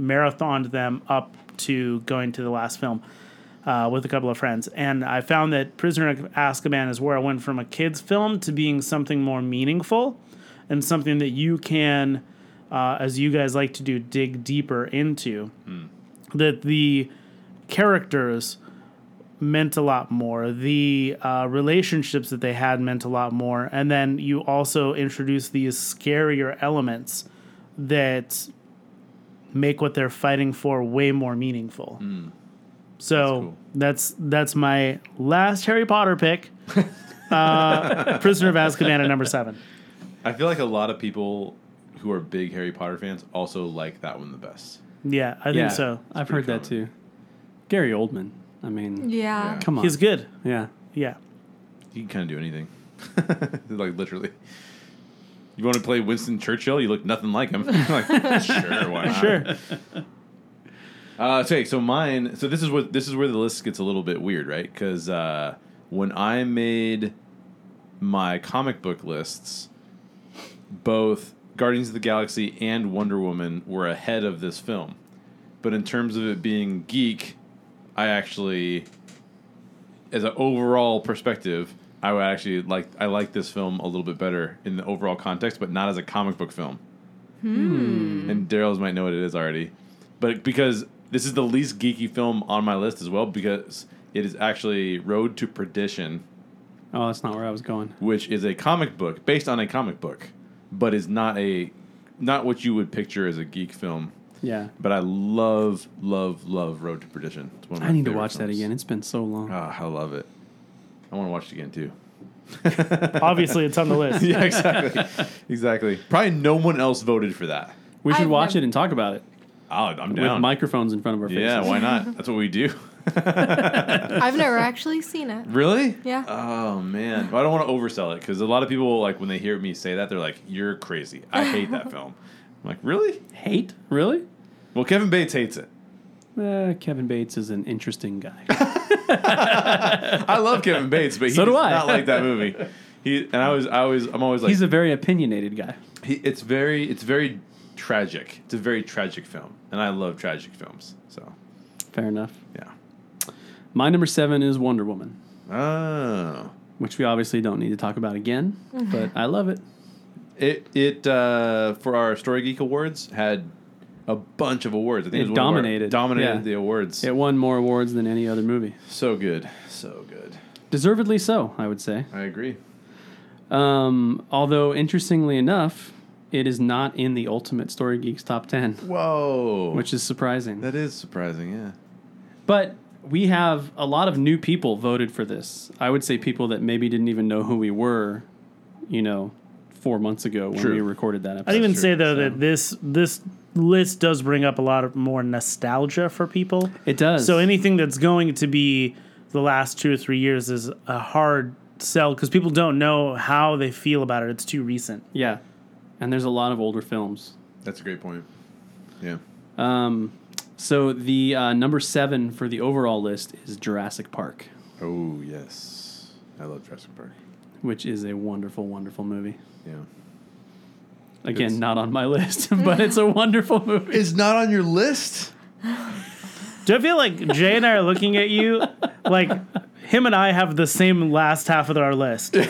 C: marathoned them up to going to the last film uh, with a couple of friends, and I found that Prisoner of Azkaban is where I went from a kids' film to being something more meaningful and something that you can, uh, as you guys like to do, dig deeper into. That the characters meant a lot more. The uh, relationships that they had meant a lot more, and then you also introduce these scarier elements that make what they're fighting for way more meaningful. So that's, that's my last Harry Potter pick. uh, Prisoner of Azkaban at number seven.
A: I feel like a lot of people who are big Harry Potter fans also like that one the best.
C: Yeah, I think so.
B: I've heard
A: pretty
B: that too. Gary Oldman. I mean,
D: yeah,
A: Yeah.
B: come on.
C: He's good.
B: yeah.
C: Yeah.
A: He can kind of do anything. like literally. You want to play Winston Churchill? You look nothing like him. like, sure, why not?
C: Sure.
A: Uh, so, okay, so mine. So this is what this is where the list gets a little bit weird, right? Because uh, when I made my comic book lists, both Guardians of the Galaxy and Wonder Woman were ahead of this film. But in terms of it being geek, I actually, as an overall perspective, I would actually like I like this film a little bit better in the overall context, but not as a comic book film. And Daryl's might know what it is already, but because this is the least geeky film on my list as well, because it is actually Road to Perdition
B: Oh, that's not where I was going.
A: which is a comic book based on a comic book, but is not a not what you would picture as a geek film.
B: Yeah.
A: But I love, love, love Road to Perdition. It's one of my
B: I need to
A: favorite
B: watch that
A: films.
B: again. It's been so long.
A: Ah, I love it. I want to watch it again too.
C: Obviously, it's on the list.
A: yeah, exactly, exactly. Probably no one else voted for that.
B: we should
D: I've
B: watch
D: never-
B: it and talk about it
A: I'll, I'm
B: with
A: down.
B: microphones in front of our faces.
A: yeah, why not? That's what we do.
D: I've never actually seen it.
A: Really?
D: Yeah.
A: Oh man, Well, I don't want to oversell it because a lot of people like when they hear me say that, they're like, "You're crazy. I hate that film." I'm like, "Really?"
B: Hate? Really?
A: Well, Kevin Bates hates it.
B: Uh, Kevin Bates is an interesting guy.
A: I love Kevin Bates, but he
B: So do
A: does
B: I.
A: not like that movie. He and I was I was I'm always like
B: He's a very opinionated guy.
A: he, it's very it's very tragic. It's a very tragic film, and I love tragic films. So
B: Fair enough.
A: yeah.
B: My number seven is Wonder Woman,
A: Oh,
B: which we obviously don't need to talk about again, but I love it.
A: it it uh, for our Story Geek Awards had a bunch of awards. I think
B: It
A: was one of our-
B: dominated.
A: dominated
B: Yeah.
A: the awards.
B: It won more awards than any other movie.
A: So good, so good.
B: Deservedly so, I would say.
A: I agree.
B: Um, although, interestingly enough, it is not in the Ultimate Story Geeks top 10,
A: Whoa,
B: which is surprising.
A: that is surprising. Yeah.
B: But we have a lot of new people voted for this. I would say people that maybe didn't even know who we were, you know, four months ago when
A: True.
B: we recorded that episode.
C: I'd even
A: true,
C: say though
A: so-
C: that this this list does bring up a lot of more nostalgia for people.
B: it does.
C: So anything that's going to be the last two or three years is a hard sell because people don't know how they feel about it. It's too recent.
B: yeah, and there's a lot of older films.
A: That's a great point. Yeah.
B: Um, so the uh, number seven for the overall list is Jurassic Park,
A: Oh yes, I love Jurassic Park.
B: which is a wonderful, wonderful movie.
A: Yeah.
B: Again,
A: It's-
B: not on my list, but it's a wonderful movie.
A: It's not on your list.
C: Do I feel like Jay and I are looking at you like him and I have the same last half of our list?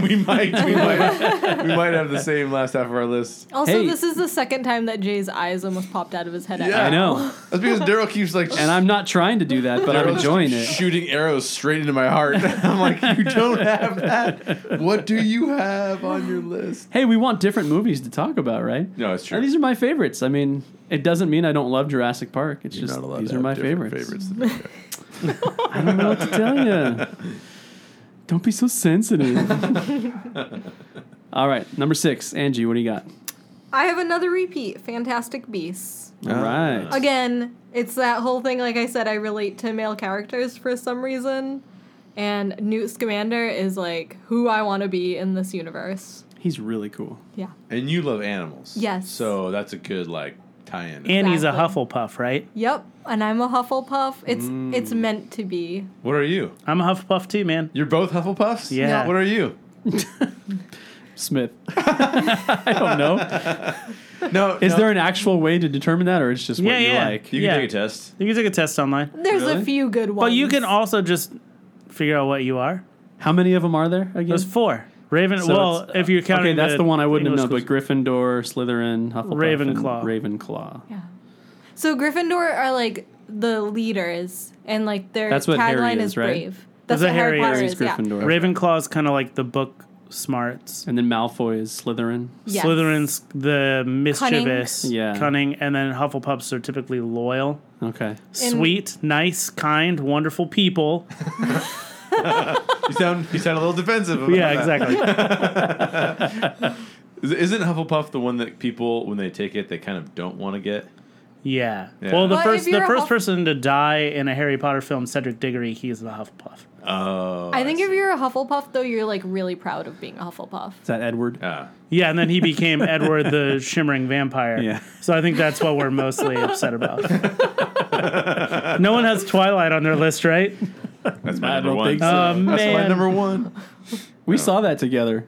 A: We might, we might, we might have the same last half of our list.
D: Also,
B: Hey.
D: this is the second time that Jay's eyes almost popped out of his head. at
A: Yeah.
B: I know,
A: That's because Daryl keeps like,
B: and I'm not trying to do that, but I'm
A: Daryl's
B: enjoying it.
A: shooting arrows straight into my heart. I'm like, you don't have that. What do you have on your list?
B: Hey, we want different movies to talk about, right?
A: No, it's true.
B: And these are my favorites. I mean, it doesn't mean I don't love Jurassic Park. It's just these are my favorites. I don't know what to tell you. Don't be so sensitive. All right, number six, Angie. What do you got?
D: I have another repeat Fantastic Beasts.
B: All
A: Ah.
B: right.
D: Again, it's that whole thing, like I said, I relate to male characters for some reason. And Newt Scamander is like who I want to be in this universe.
B: He's really cool.
D: Yeah.
A: And you love animals.
D: Yes.
A: So that's a good like tie-in.
C: And he's a
D: Exactly.
C: Hufflepuff, right?
D: Yep. And I'm a Hufflepuff. It's
B: Mm.
D: it's meant to be.
A: what are you?
C: I'm a Hufflepuff too, man.
A: You're both Hufflepuffs.
C: Yeah.
A: What are you?
B: Smith. I don't know.
A: No.
B: Is
A: no.
B: there an actual way to determine that, or it's just
C: Yeah,
B: what you
C: yeah.
B: like?
A: You can
C: Yeah.
A: take a test.
C: You can take a test online,
D: There's
A: Really?
D: a few good ones.
C: but you can also just figure out what you are.
B: How many of them are there again?
C: There's four. Raven.
B: So
C: well,
B: it's- uh,
C: if you're counting,
B: okay, that's the one I wouldn't
C: English
B: have known.
C: schools-
B: But Gryffindor, Slytherin, Hufflepuff, and
C: Ravenclaw.
B: Ravenclaw.
D: Yeah. So Gryffindor are like the leaders, and like their
B: That's what Harry
D: tagline
B: is,
D: is,
B: right?
D: brave.
C: That's
D: That's what
C: what
D: Harry
C: Harry
D: Potter
B: Harry's
D: is. Yeah.
B: Gryffindor.
C: Ravenclaw is kind of like the book smarts.
B: And then Malfoy is Slytherin.
D: Yes.
C: Slytherin's the mischievous,
B: Cunning. Yeah.
C: cunning, and then Hufflepuffs are typically loyal,
B: Okay.
C: sweet, nice, kind, wonderful people.
A: You sound you sound a little defensive. about
C: yeah,
A: that.
C: exactly.
A: Is- Isn't Hufflepuff the one that people, when they take it, they kind of don't want to get?
C: Yeah.
A: Yeah.
C: Well, the
D: Well, if
C: first the
D: you're a
C: first
D: Huff-
C: person to die in a Harry Potter film, Cedric Diggory, he's the Hufflepuff.
A: Oh,
D: I think if you're a Hufflepuff, though, you're like really proud of being a Hufflepuff.
B: Is that Edward?
A: Ah,
C: Yeah, and then he became Edward the Shimmering Vampire.
B: Yeah.
C: So I think that's what we're mostly upset about. no one has Twilight on their list, right?
A: that's my
B: I
A: number
B: don't
A: one.
B: think so.
C: Oh,
A: That's my
C: man.
A: number one.
B: We saw that together.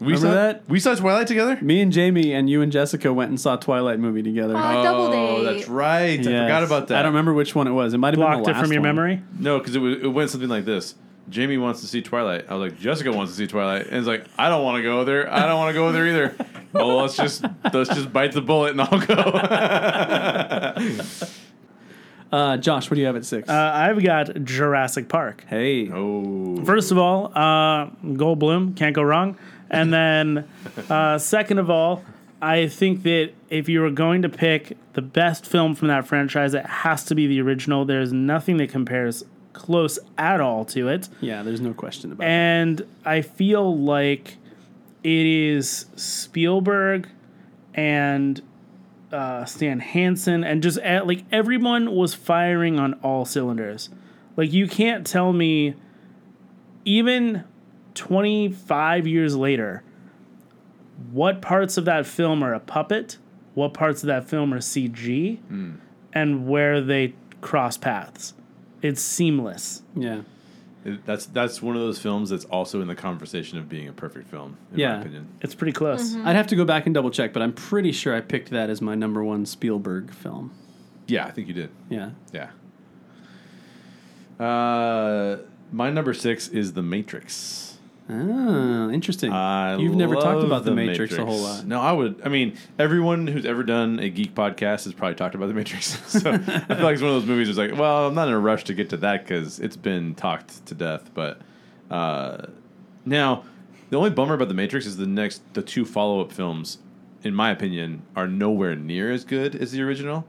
A: We
B: Remember
A: saw
B: that?
A: We saw Twilight together.
B: Me and Jamie and you and Jessica went and saw Twilight movie together.
D: Aw, double
A: Oh,
D: date.
A: that's right. I
B: Yes.
A: forgot about that.
B: I don't remember which one it was. It might have been
C: Blocked
B: the
C: it
B: last
C: from your
B: one.
C: memory.
A: No, because it, was- it went something like this. Jamie wants to see Twilight. I was like, Jessica wants to see Twilight, and it's like, I don't want to go there. I don't want to go there either. well, let's just let's just bite the bullet and I'll go.
B: Uh, Josh, what do you have at six?
C: Uh, I've got Jurassic Park.
B: hey,
A: oh,
C: First of all, uh, Goldblum can't go wrong, and then uh, second of all, I think that if you were going to pick the best film from that franchise, it has to be the original. There's nothing that compares close at all to it.
B: yeah, there's no question about it.
C: and I feel like it is Spielberg and uh, Stan Hansen and just at, like everyone was firing on all cylinders. Like you can't tell me even 25 years later what parts of that film are a puppet, what parts of that film are CG, and where they cross paths. It's seamless.
B: Yeah,
A: It- that's that's one of those films that's also in the conversation of being a perfect film. In
B: Yeah.
A: my opinion,
C: It's pretty close.
B: I'd have to go back and double check, but I'm pretty sure I picked that as my number one Spielberg film.
A: yeah, I think you did.
B: Yeah,
A: Yeah. Uh, my number six is The Matrix.
B: oh, interesting.
A: I
B: You've never talked
A: love
B: about the, Matrix, a whole lot.
A: No, I would. I mean, everyone who's ever done a geek podcast has probably talked about the Matrix. so I feel like it's one of those movies. It's like, well, I'm not in a rush to get to that because it's been talked to death. But uh, now, the only bummer about the Matrix is the next, the two follow up films, in my opinion, are nowhere near as good as the original.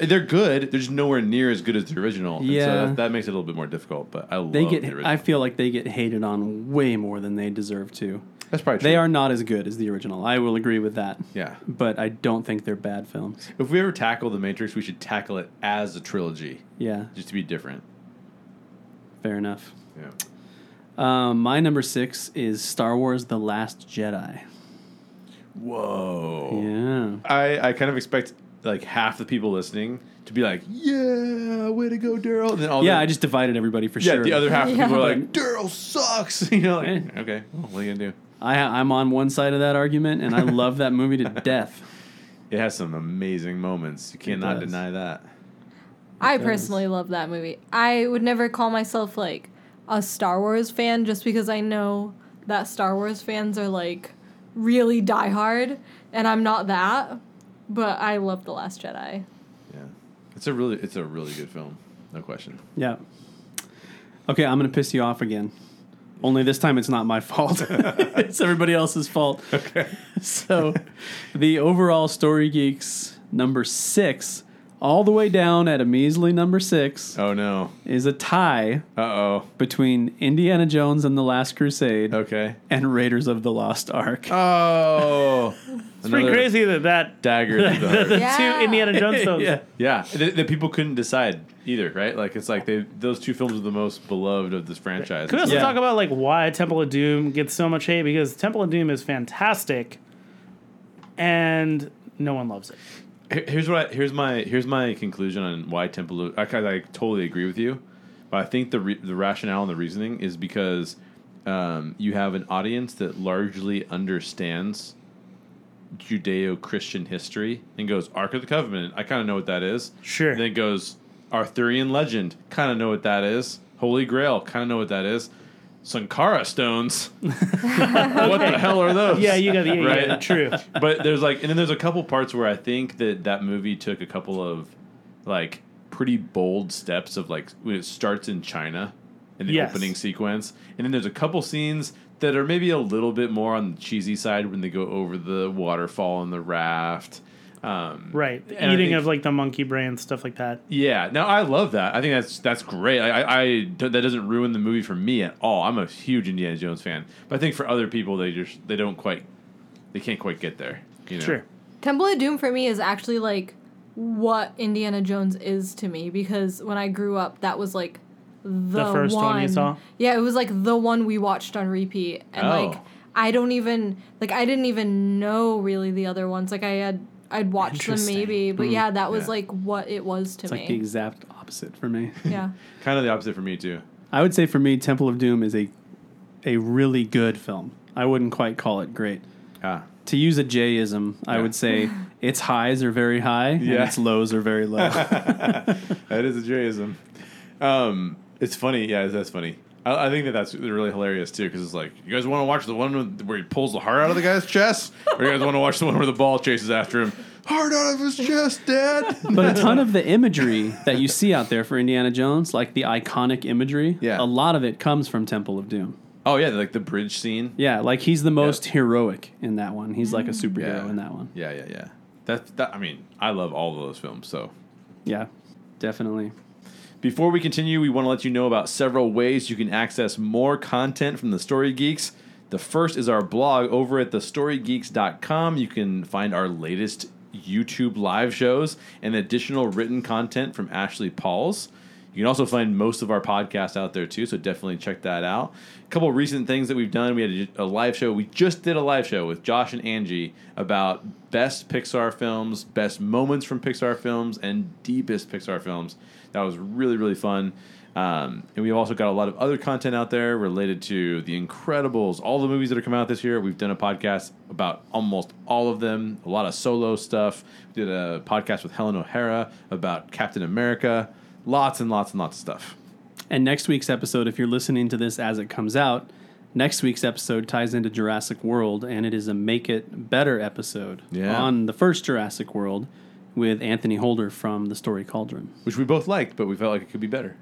A: They're good. They're just nowhere near as good as the original. And
B: Yeah.
A: so that, that makes it a little bit more difficult. But I
B: They
A: love
B: get.
A: the original.
B: I feel like they get hated on way more than they deserve to.
A: That's probably true.
B: They are not as good as the original. I will agree with that.
A: Yeah.
B: but I don't think they're bad films.
A: If we ever tackle the Matrix, we should tackle it as a trilogy,
B: Yeah,
A: just to be different.
B: fair enough.
A: Yeah.
B: Um, my number six is Star Wars: The Last Jedi.
A: Whoa.
B: Yeah.
A: I, I kind of expect like half the people listening to be like, "Yeah, way to go, Daryl." And then all
B: Yeah,
A: the,
B: I just divided everybody for
A: yeah
B: sure.
A: the other half of the people are
B: Yeah.
A: like, "Daryl sucks." you know, like,
B: Eh.
A: okay, well, what are you gonna do?
B: I, I'm on one side of that argument, and I love that movie to death.
A: It has some amazing moments. You cannot
B: does.
A: deny that.
D: I personally love that movie. I would never call myself like a Star Wars fan just because I know that Star Wars fans are like really diehard, and I'm not that. But I love The Last Jedi.
A: Yeah, it's a really it's a really good film, no question.
B: Yeah. Okay, I'm gonna piss you off again. Only this time it's not my fault. it's everybody else's fault. Okay. So the overall Story Geeks number six, all the way down at a measly number six,
A: Oh no.
B: is a tie
A: Uh oh.
B: between Indiana Jones and the Last Crusade
A: Okay.
B: and Raiders of the Lost Ark.
A: Oh.
C: It's pretty crazy that that
A: Dagger. to the heart.
C: the
D: Yeah.
C: two Indiana Jones films.
B: yeah.
A: Yeah, that, that people couldn't decide either, right? Like it's like they those two films are the most beloved of this franchise.
C: Can we also
B: Yeah.
C: talk about like why Temple of Doom gets so much hate? Because Temple of Doom is fantastic, and no one loves it.
A: Here- Here's what I, here's my here's my conclusion on why Temple. Of, I, kind of, like totally agree with you, but I think the re, the rationale and the reasoning is because um, you have an audience that largely understands Judeo-Christian history and goes Ark of the Covenant. I kind of know what that is.
C: Sure.
A: Then it goes Arthurian legend. Kind of know what that is. Holy Grail. Kind of know what that is. Sankara stones. what the hell are those?
C: Yeah, you got the yeah,
A: Right.
C: yeah, true.
A: but there's like, and then there's a couple parts where I think that that movie took a couple of like pretty bold steps of like when it starts in China in the
C: Yes.
A: opening sequence, and then there's a couple scenes that are maybe a little bit more on the cheesy side when they go over the waterfall on the raft. Um,
C: Right,
A: And I
C: eating
A: think-
C: of like the monkey brain stuff like that.
A: yeah, no, I love that. I think that's that's great. I, I, I that doesn't ruin the movie for me at all. I'm a huge Indiana Jones fan, but I think for other people, they just they don't quite they can't quite get there. You know?
C: Sure.
D: Temple of Doom for me is actually like what Indiana Jones is to me because when I grew up, that was like the,
C: first one you saw?
D: Yeah, it was like the one we watched on repeat, and
A: Oh.
D: like I don't even like I didn't even know really the other ones. Like I had I'd watched them
B: Interesting.
D: maybe, but yeah, that was
A: yeah.
D: like what it was to
B: It's like the
D: me.
B: exact opposite for me.
D: yeah,
A: Kind of the opposite for me too.
B: I would say for me, Temple of Doom is a a really good film. I wouldn't quite call it great.
A: Ah.
B: To use a Jism, I
A: Yeah.
B: would say its highs are very high and
A: Yeah.
B: its lows are very low.
A: That is a Judaism. Um, it's funny. Yeah, that's funny. I, I think that that's really hilarious too, because it's like, you guys want to watch the one with- where he pulls the heart out of the guy's chest, or you guys want to watch the one where the ball chases after him? Heart out of his chest, Dad.
B: but a ton of the imagery that you see out there for Indiana Jones, like the iconic imagery,
A: Yeah.
B: a lot of it comes from Temple of Doom.
A: oh yeah, like the bridge scene.
B: Yeah, like he's the most heroic in that one. He's like a superhero
A: Yeah.
B: in that one.
A: Yeah, yeah, yeah. That, that I mean, I love all of those films. So
B: Yeah, definitely.
A: Before we continue, we want to let you know about several ways you can access more content from the Story Geeks. The first is our blog over at thestorygeeks.com. You can find our latest YouTube live shows and additional written content from Ashley Pauls. You can also find most of our podcasts out there too, so definitely check that out. A couple of recent things that we've done: we had a, a live show. We just did a live show with Josh and Angie about best Pixar films, best moments from Pixar films, and deepest Pixar films. That was really really fun. Um, and we've also got a lot of other content out there related to The Incredibles, all the movies that are coming out this year. We've done a podcast about almost all of them, a lot of solo stuff. We did a podcast with Helen O'Hara about Captain America, lots and lots and lots of stuff.
B: And next week's episode, if you're listening to this as it comes out, next week's episode ties into Jurassic World, and it is a Make It Better episode
A: Yeah.
B: on the first Jurassic World with Anthony Holder from The Story Cauldron.
A: which we both liked, but we felt like it could be better.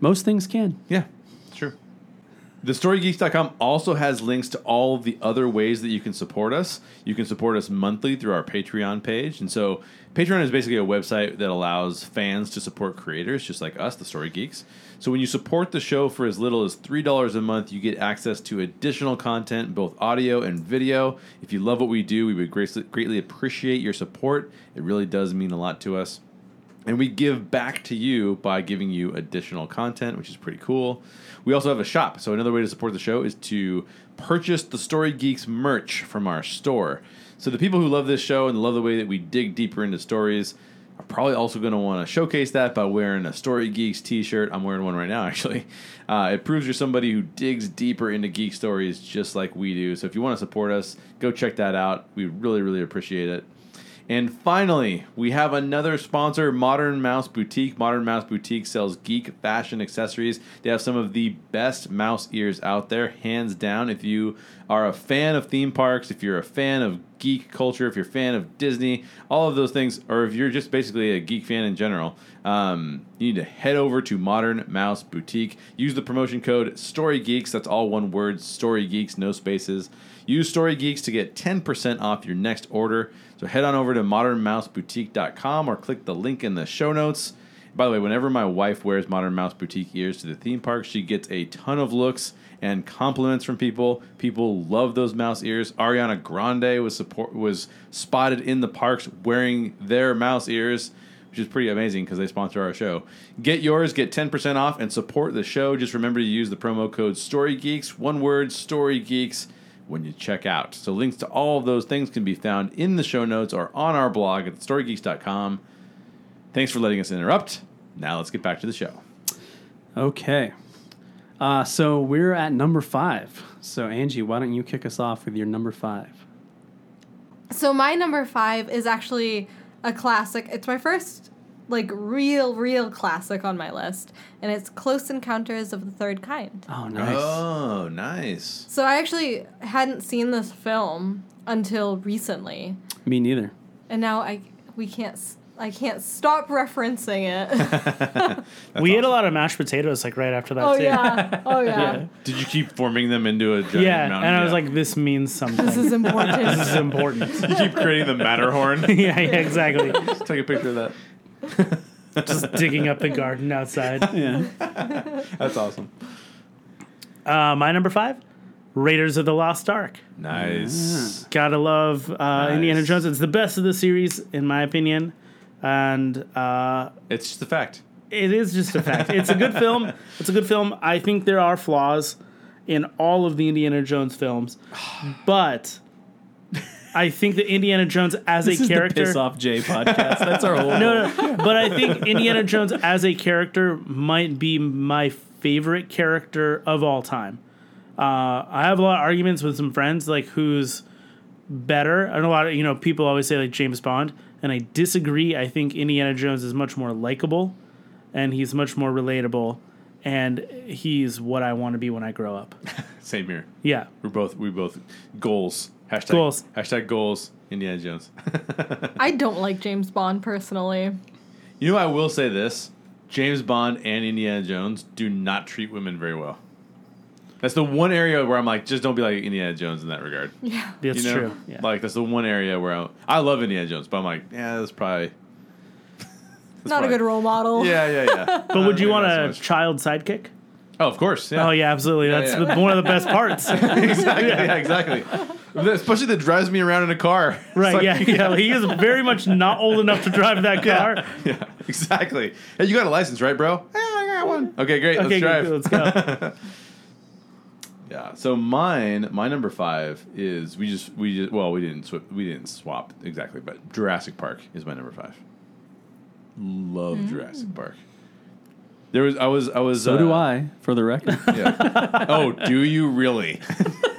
B: Most things can.
A: Yeah, true. TheStoryGeeks.com also has links to all of the other ways that you can support us. You can support us monthly through our Patreon page. And so, Patreon is basically a website that allows fans to support creators just like us, the Story Geeks. So, when you support the show for as little as $3 a month, you get access to additional content, both audio and video. If you love what we do, we would greatly, greatly appreciate your support. It really does mean a lot to us. And we give back to you by giving you additional content, which is pretty cool. We also have a shop. So, another way to support the show is to purchase the Story Geeks merch from our store. So, the people who love this show and love the way that we dig deeper into stories are probably also going to want to showcase that by wearing a Story Geeks t shirt. I'm wearing one right now, actually. Uh, it proves you're somebody who digs deeper into geek stories just like we do. So, if you want to support us, go check that out. We really, really appreciate it. And finally, we have another sponsor, Modern Mouse Boutique. Modern Mouse Boutique sells geek fashion accessories. They have some of the best mouse ears out there, hands down. If you are a fan of theme parks, if you're a fan of geek culture, if you're a fan of Disney, all of those things, or if you're just basically a geek fan in general, um, you need to head over to Modern Mouse Boutique. Use the promotion code StoryGeeks. That's all one word, StoryGeeks, no spaces. Use Story Geeks to get 10% off your next order. So head on over to modernmouseboutique.com or click the link in the show notes. By the way, whenever my wife wears Modern Mouse Boutique ears to the theme park, she gets a ton of looks and compliments from people. People love those mouse ears. Ariana Grande was support was spotted in the parks wearing their mouse ears which is pretty amazing because they sponsor our show. Get yours, get 10% off, and support the show. Just remember to use the promo code StoryGeeks, one word, StoryGeeks, when you check out. So links to all of those things can be found in the show notes or on our blog at storygeeks.com. Thanks for letting us interrupt. Now let's get back to the show.
B: Okay. Uh, so we're at number five. So, Angie, why don't you kick us off with your number five?
D: So my number five is actually a classic. It's my first like real, real classic on my list, and it's Close Encounters of the Third Kind.
B: Oh, nice.
A: Oh, nice.
D: So I actually hadn't seen this film until recently,
B: Me neither.
D: and now I we can't s- I can't stop referencing it.
C: we ate a lot of mashed potatoes like right after that.
D: oh
C: too.
D: yeah, oh yeah.
A: Did you keep forming them into a giant
C: Yeah,
A: mountain?
C: and I was
A: Yeah.
C: like, this means something.
D: This is
C: This
D: important.
C: is important.
A: you keep creating the Matterhorn.
C: yeah, yeah, exactly.
A: Just take a picture of that.
C: Just digging up the garden outside.
B: Yeah.
A: That's awesome.
C: Uh, my number five, Raiders of the Lost Ark.
A: Nice.
C: Gotta love uh, Indiana Jones. It's the best of the series, in my opinion. And uh,
A: It's just a fact.
C: it is just a fact. It's a good film. It's a good film. I think there are flaws in all of the Indiana Jones films, but I think that Indiana Jones as
B: This
C: a
B: is
C: character
B: the Piss Off Jay podcast. That's our whole.
C: no, no. But I think Indiana Jones as a character might be my favorite character of all time. Uh, I have a lot of arguments with some friends like who's better. And a lot of you know people always say like James Bond, and I disagree. I think Indiana Jones is much more likable, and he's much more relatable, and he's what I want to be when I grow up.
A: Same here.
C: Yeah,
A: We're both we both goals. Hashtag
C: Goals.
A: Hashtag goals. Indiana Jones.
D: I don't like James Bond personally.
A: you know, I will say this: James Bond and Indiana Jones do not treat women very well. That's the one area where I'm like, just don't be like Indiana Jones in that regard. You
D: Yeah.
C: that's
A: know?
C: true. Yeah.
A: Like that's the one area where I'm, I love Indiana Jones, but I'm like, yeah, that's probably. that's
D: Not a
A: probably-
D: good role model.
A: Yeah, yeah, yeah.
C: but would you want
A: to?
C: a child sidekick?
A: oh, of course. Yeah.
C: Oh yeah, absolutely. That's
A: yeah.
C: The, one of the best parts.
A: exactly. Yeah, exactly. Especially that drives me around in a car. It's
C: Right,
A: like-
C: yeah, yeah. He is very much not old enough to drive that car.
A: Yeah, exactly. Hey, you got a license, right, bro? Yeah, I got one. Okay, great. let's
C: Okay,
A: drive.
C: good, let's go.
A: Yeah. So mine, my number five is we just we just well we didn't sw- we didn't swap exactly, but Jurassic Park is my number five. Love Jurassic Park. There was I was I was
B: So
A: uh,
B: do I, for the record.
A: Yeah. oh, do you really?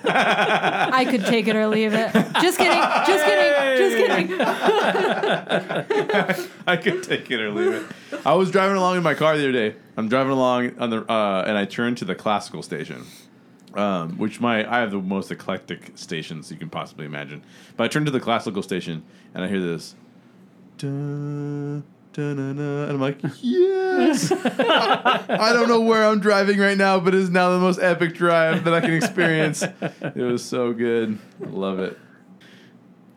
D: I could take it or leave it. Just kidding. Just kidding. Just kidding.
A: I could take it or leave it. I was driving along in my car the other day. I'm driving along on the uh, and I turned to the classical station, um, which my I have the most eclectic stations you can possibly imagine. But I turned to the classical station and I hear this, dun, dun, dun, dun, and I'm like, yes. I don't know where I'm driving right now, but it is now the most epic drive that I can experience. it was so good. I love it.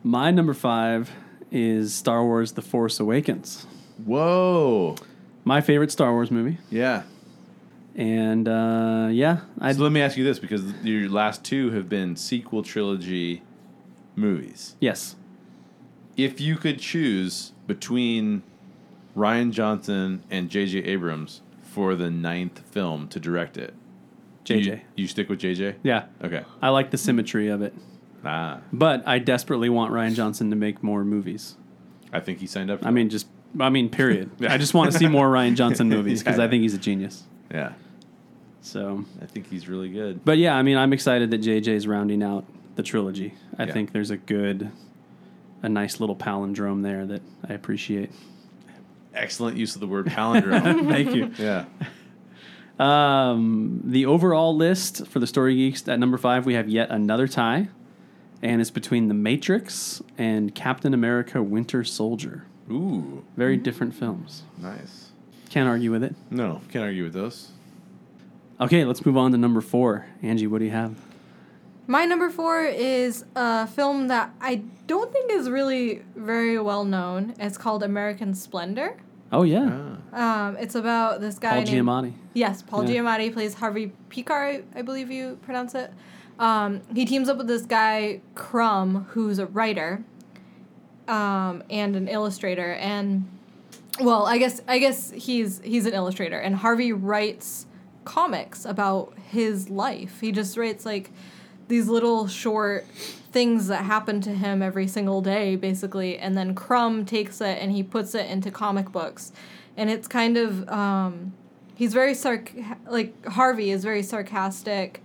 B: My number five is Star Wars The Force Awakens,
A: Whoa.
B: my favorite Star Wars movie.
A: Yeah.
B: And uh, yeah, I
A: So let me ask you this because your last two have been sequel trilogy movies.
B: yes,
A: If you could choose between Ryan Johnson and J.J. Abrams for the ninth film to direct it,
B: JJ.
A: You, you stick with J.J.?
B: yeah,
A: Okay.
B: I like the symmetry of it,
A: Ah,
B: but I desperately want Ryan Johnson to make more movies.
A: I think he signed up for
B: I mean, just I mean, period.
A: Yeah.
B: I just want to see more Ryan Johnson movies because
A: Yeah.
B: I think he's a genius.
A: that. Yeah.
B: So,
A: I think he's really good.
B: but yeah, I mean, I'm excited that JJ's rounding out the trilogy. I
A: Yeah.
B: think there's a good, a nice little palindrome there that I appreciate.
A: Excellent use of the word palindrome.
B: Thank you.
A: yeah.
B: Um, the overall list for the Story Geeks at number five, we have yet another tie, and it's between The Matrix and Captain America: Winter Soldier.
A: Ooh,
B: Very different films.
A: nice.
B: Can't argue with it.
A: No, can't argue with those.
B: Okay, let's move on to number four. Angie, what do you have?
D: My number four is a film that I don't think is really very well known. It's called American Splendor.
B: Oh yeah,
A: Ah.
D: Um, it's about this guy
B: Paul
D: named
B: Giamatti.
D: Yes, Paul
B: Yeah.
D: Giamatti plays Harvey Picar, I believe you pronounce it. Um, he teams up with this guy, Crumb, who's a writer um, and an illustrator. And, well, I guess I guess he's he's an illustrator. And Harvey writes comics about his life. He just writes, like, these little short things that happen to him every single day, basically. And then Crumb takes it and he puts it into comic books. And it's kind of. Um, he's very sarc like Harvey is very sarcastic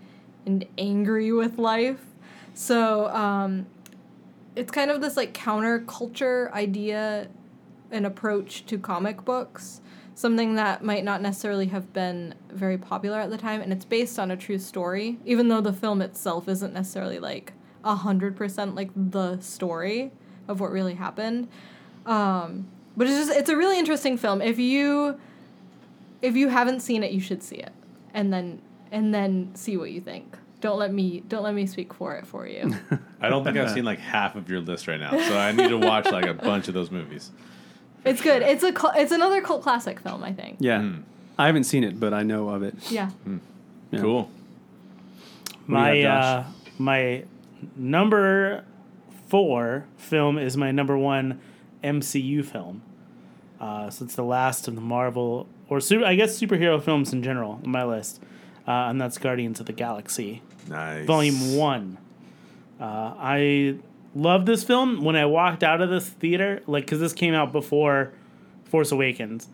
D: and angry with life. So um, it's kind of this like counterculture idea and approach to comic books, something that might not necessarily have been very popular at the time, and it's based on a true story, even though the film itself isn't necessarily like a hundred percent like the story of what really happened. Um, but it's just it's a really interesting film. If you if you haven't seen it, you should see it, and then and then see what you think. Don't let me don't let me speak for it for you.
A: I don't think I've seen like half of your list right now, so I need to watch like a bunch of those movies.
D: it's good. It's a cul- it's another cult classic film, I think.
B: Yeah, I haven't seen it, but I know of it.
D: Yeah.
B: Yeah.
A: Cool.
B: do
C: my
B: you have,
C: uh, my number four film is my number one MCU film. Uh, so it's the last of the Marvel or super, I guess superhero films in general on my list, uh, and that's Guardians of the Galaxy
A: Nice.
C: Volume One. Uh, I love this film. When I walked out of this theater, like because this came out before Force Awakens,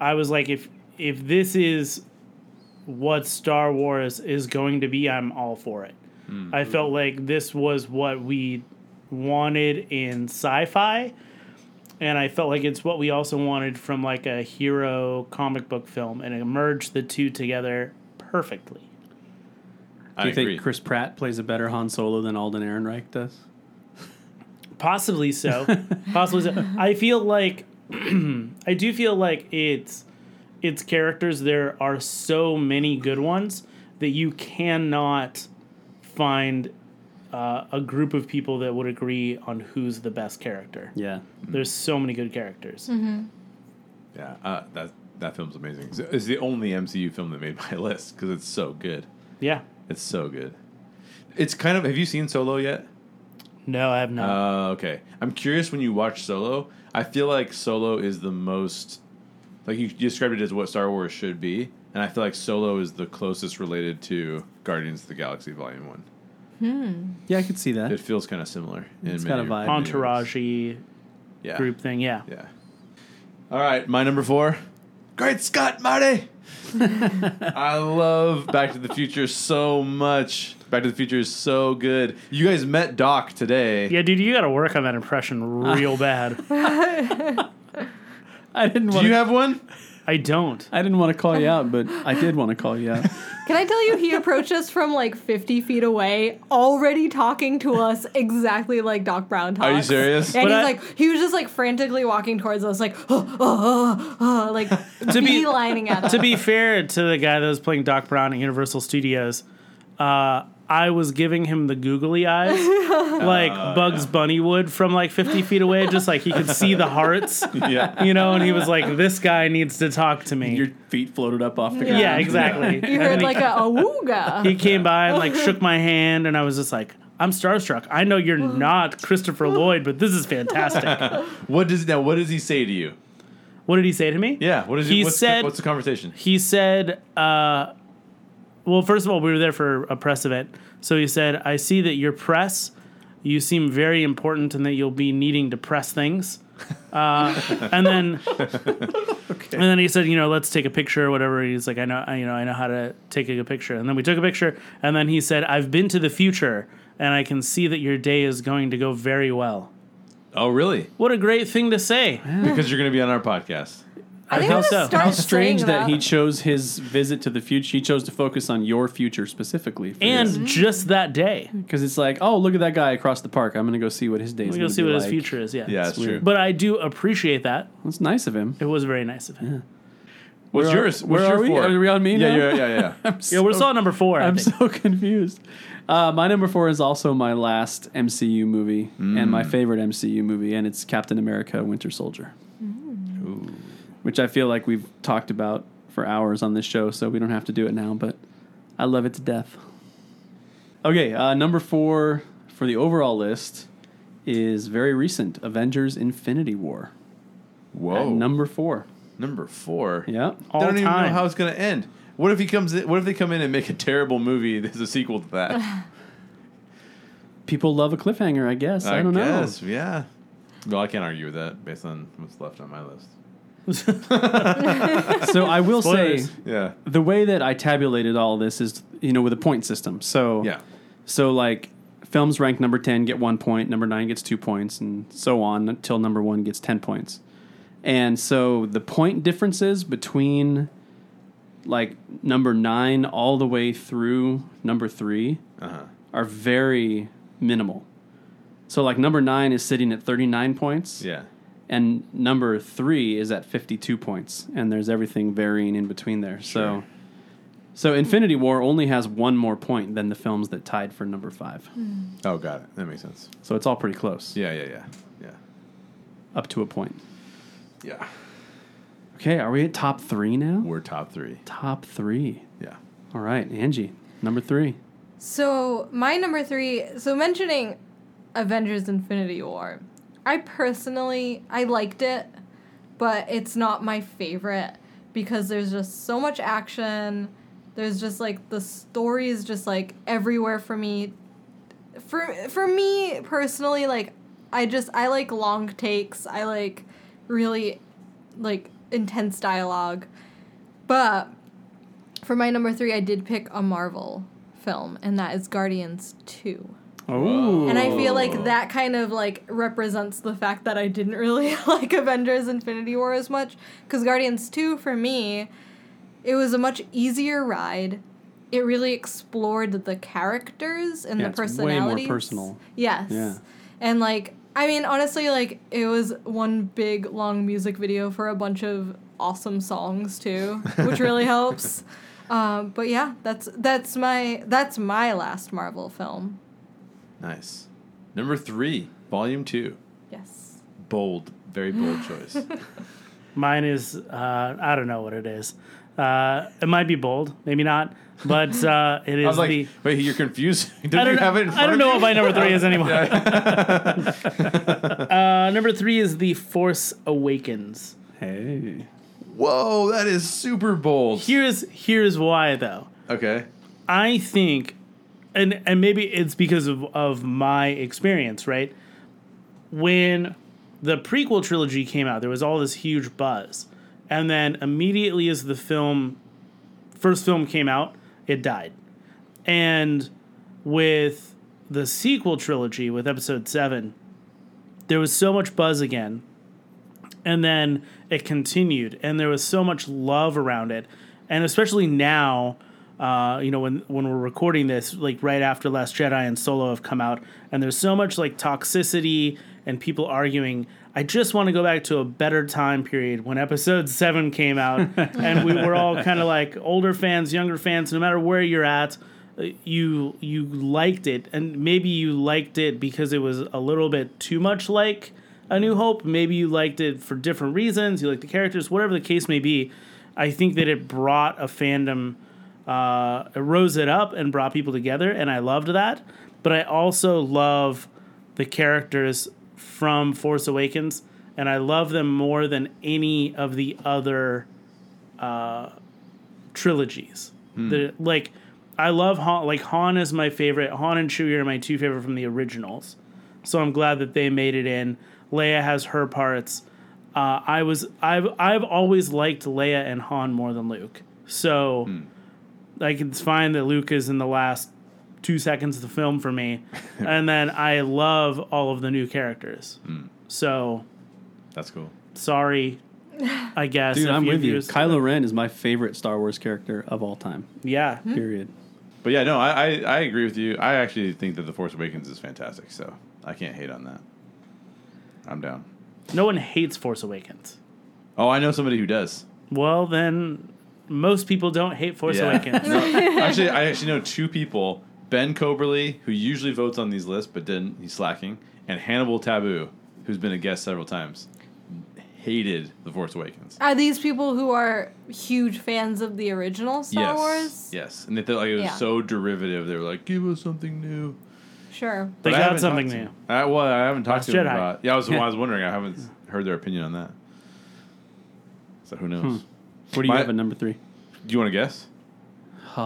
C: I was like, if if this is what Star Wars is going to be, I'm all for it. I felt like this was what we wanted in sci-fi, and I felt like it's what we also wanted from like a hero comic book film, and it merged the two together perfectly.
A: I
B: Do you
A: agree.
B: think Chris Pratt plays a better Han Solo than Alden Ehrenreich does?
C: Possibly so. Possibly so. I feel like I do feel like it's its characters there are so many good ones that you cannot find uh, a group of people that would agree on who's the best character.
B: Yeah.
C: There's so many good characters.
A: yeah, uh, that that film's amazing. It's- It's the only MCU film that made my list because it's so good.
C: Yeah.
A: It's so good. It's kind of. Have you seen Solo yet?
C: No, I have not.
A: Uh, okay. I'm curious when you watch Solo. I feel like Solo is the most, like you described it as what Star Wars should be, and I feel like Solo is the closest related to Guardians of the Galaxy Volume One.
B: Yeah, I could see that.
A: It feels kind of similar. In
B: It's got a vibe.
A: many ways.
C: Entourage
A: Yeah.
C: Uh, group thing. Yeah.
A: Yeah. All right, my number four. Great Scott, Marty! I love Back to the Future so much. Back to the Future is so good. You guys met Doc today.
C: Yeah, dude, you got to work on that impression real bad.
B: I didn't
A: Do
B: want
A: you
B: to,
A: have one?
C: I don't.
B: I didn't want to call you out, but I did want to call you out.
D: Can I tell you, he approached us from like 50 feet away, already talking to us exactly like Doc Brown talks.
A: Are you serious?
D: And
C: But
D: he's
C: I-
D: like, he was just like frantically walking towards us, like, oh, oh, oh, oh, like to
C: be-
D: beelining at us.
C: to be fair to the guy that was playing Doc Brown at Universal Studios, uh, I was giving him the googly eyes, like Bugs Bunny would from like 50 feet away, just like he could see the hearts,
A: Yeah.
C: you know, and he was like, this guy needs to talk to me.
B: Your feet floated up off the ground.
C: yeah, exactly.
D: You
C: And then
D: heard
C: he,
D: like a awooga.
C: he came by and like shook my hand, and I was just like, I'm starstruck. I know you're not Christopher Lloyd, but this is fantastic.
A: What does now? What does he say to you?
C: What did he say to me?
A: Yeah. What is
C: He
A: he? What's,
C: said-
A: the, what's the conversation?
C: he said, uh, well, first of all, we were there for a press event. So he said, I see that you're press. You seem very important and that you'll be needing to press things. Uh, and then, and then he said, you know, let's take a picture or whatever. He's like, I know, I, you know, I know how to take a picture. And then we took a picture. And then he said, I've been to the future and I can see that your day is going to go very well.
A: Oh, really?
C: What a great thing to say.
A: Because you're going to be on our podcast.
D: I think
C: how
D: I'm gonna
C: so?
D: start
B: How strange
D: saying
B: that he chose his visit to the future. He chose to focus on your future specifically. for
C: And
B: his-
C: just that day,
B: Because it's like, oh, look at that guy across the park. I'm going to go see what his day is
C: we
B: going
C: go
B: to
C: see
B: be
C: what
B: like.
C: his future is. Yeah.
A: Yeah, that's
B: weird.
A: true.
C: But I do appreciate that.
B: That's nice of him.
C: It was very nice of him.
A: what's
B: where are-
A: yours?
B: where
A: what's your
B: are we?
A: four?
B: Are we on me
A: Yeah,
B: now?
A: you're- yeah, yeah.
C: Yeah, we're still at number four. I
B: I'm
C: think.
B: so confused. Uh, my number four is also my last MCU movie and
A: Mm.
B: my favorite MCU movie, and it's Captain America: Winter Soldier, which I feel like we've talked about for hours on this show, so we don't have to do it now. But I love it to death. Okay, uh, number four for the overall list is very recent: Avengers: Infinity War. At
A: Whoa.
B: number four.
A: Number four.
B: Yeah.
A: I
C: All
A: Oh. don't even know
C: time.
A: how it's going to end. What if he comes? In, what if they come in and make a terrible movie? There's a sequel to that.
B: People love a cliffhanger, I guess. I, don't know.
A: guess. Yeah. Well, I can't argue with that based on what's left on my list.
B: So I will say
C: Spoilers.
A: Yeah.
B: the way that I tabulated all this is, you know, with a point system. So
A: Yeah.
B: so like films ranked number ten get one point, number nine gets two points, and so on until number one gets ten points. And so the point differences between like number nine all the way through number three
A: Uh huh.
B: are very minimal. So like number nine is sitting at thirty nine points
A: Yeah.
B: and number three is at 52 points and there's everything varying in between there so
A: Sure.
B: so infinity war only has one more point than the films that tied for number five
D: Hmm.
A: Oh, got it. That makes sense.
B: so it's all pretty close
A: Yeah. Yeah. Yeah. Yeah.
B: up to a point
A: Yeah.
B: okay are we at top three now
A: We're top three.
B: top three
A: Yeah.
B: all right angie number three
D: So my number three. So mentioning Avengers: Infinity War, I personally I liked it, but it's not my favorite because there's just so much action. There's just like the story is just like everywhere for me. For for me personally, like I just I like long takes. I like really like intense dialogue, but For my number three, I did pick a Marvel film, and that is Guardians 2.
B: Oh,
D: And I feel like that kind of like represents the fact that I didn't really like Avengers Infinity War as much cuz Guardians 2 for me it was a much easier ride. It really explored the characters and
B: Yeah,
D: the
B: it's way more
D: personalities.
B: personal.
D: Yes.
B: Yeah.
D: And like I mean honestly like it was one big long music video for a bunch of awesome songs too, which really helps. Um, but yeah, that's that's my that's my last Marvel film.
A: Nice. Number three, volume two.
D: Yes.
A: Bold, very bold choice.
C: Mine is uh, I don't know what it is. Uh, it might be bold, maybe not, but uh, it
A: I
C: is
A: was like,
C: the.
A: wait, you're confused. Don't
C: I don't,
A: you have it in
C: know, I
A: front
C: don't
A: of
C: know
A: you?
C: what my number three is anymore. uh, number three is The Force Awakens.
B: hey.
A: Whoa, that is super bold.
C: Here's here's why though.
A: Okay.
C: I think, and and maybe it's because of of my experience, right? When the prequel trilogy came out, there was all this huge buzz, and then immediately as the film, first film came out, it died, and with the sequel trilogy with Episode Seven, there was so much buzz again, and then it continued, and there was so much love around it, and especially now uh, you know, when when we're recording this, like right after Last Jedi and Solo have come out, and there's so much like toxicity and people arguing. I just want to go back to a better time period when Episode Seven came out, and we were all kind of like older fans, younger fans. No matter where you're at, uh, you you liked it, and maybe you liked it because it was a little bit too much like A New Hope. Maybe you liked it for different reasons. You liked the characters, whatever the case may be. I think that it brought a fandom uh, it rose it up and brought people together, and I loved that. But I also love the characters from Force Awakens, and I love them more than any of the other uh, trilogies. The, like, I love Han. Like Han is my favorite. Han and Chewie are my two favorite from the originals. So I'm glad that they made it in. Leia has her parts. Uh, I was I've I've always liked Leia and Han more than Luke. So
A: Hmm.
C: like it's fine that Luke is in the last two seconds of the film for me, and then I love all of the new characters.
A: Hmm.
C: So
A: That's cool.
C: sorry, I guess.
B: Dude,
C: if
B: I'm with you.
C: used-
B: Kylo Ren is my favorite Star Wars character of all time.
C: Yeah,
D: Hmm?
B: Period.
A: But yeah, no, I, I, I agree with you. I actually think that The Force Awakens is fantastic, so I can't hate on that. I'm down.
C: no one hates Force Awakens.
A: Oh, I know somebody who does.
C: Well, then most people don't hate Force
A: Yeah.
C: Awakens.
A: No, actually, I actually know two people: Ben Coberly, who usually votes on these lists but didn't, he's slacking, and Hannibal Taboo, who's been a guest several times, hated The Force Awakens.
D: Are these people who are huge fans of the original Star
A: yes,
D: Wars?
A: yes, and they thought like it was
D: Yeah.
A: so derivative. They were like, "Give us something new."
D: Sure.
C: They
A: But I
C: got
A: haven't
C: something
A: talked
C: new.
A: to- I, well, I haven't talked
C: Last
A: to them
C: Jedi.
A: about. Yeah, I was, I was wondering. I haven't heard their opinion on that. So who
B: Hmm.
A: knows?
B: What do you
A: My-
B: have at number three?
A: Do you want to guess?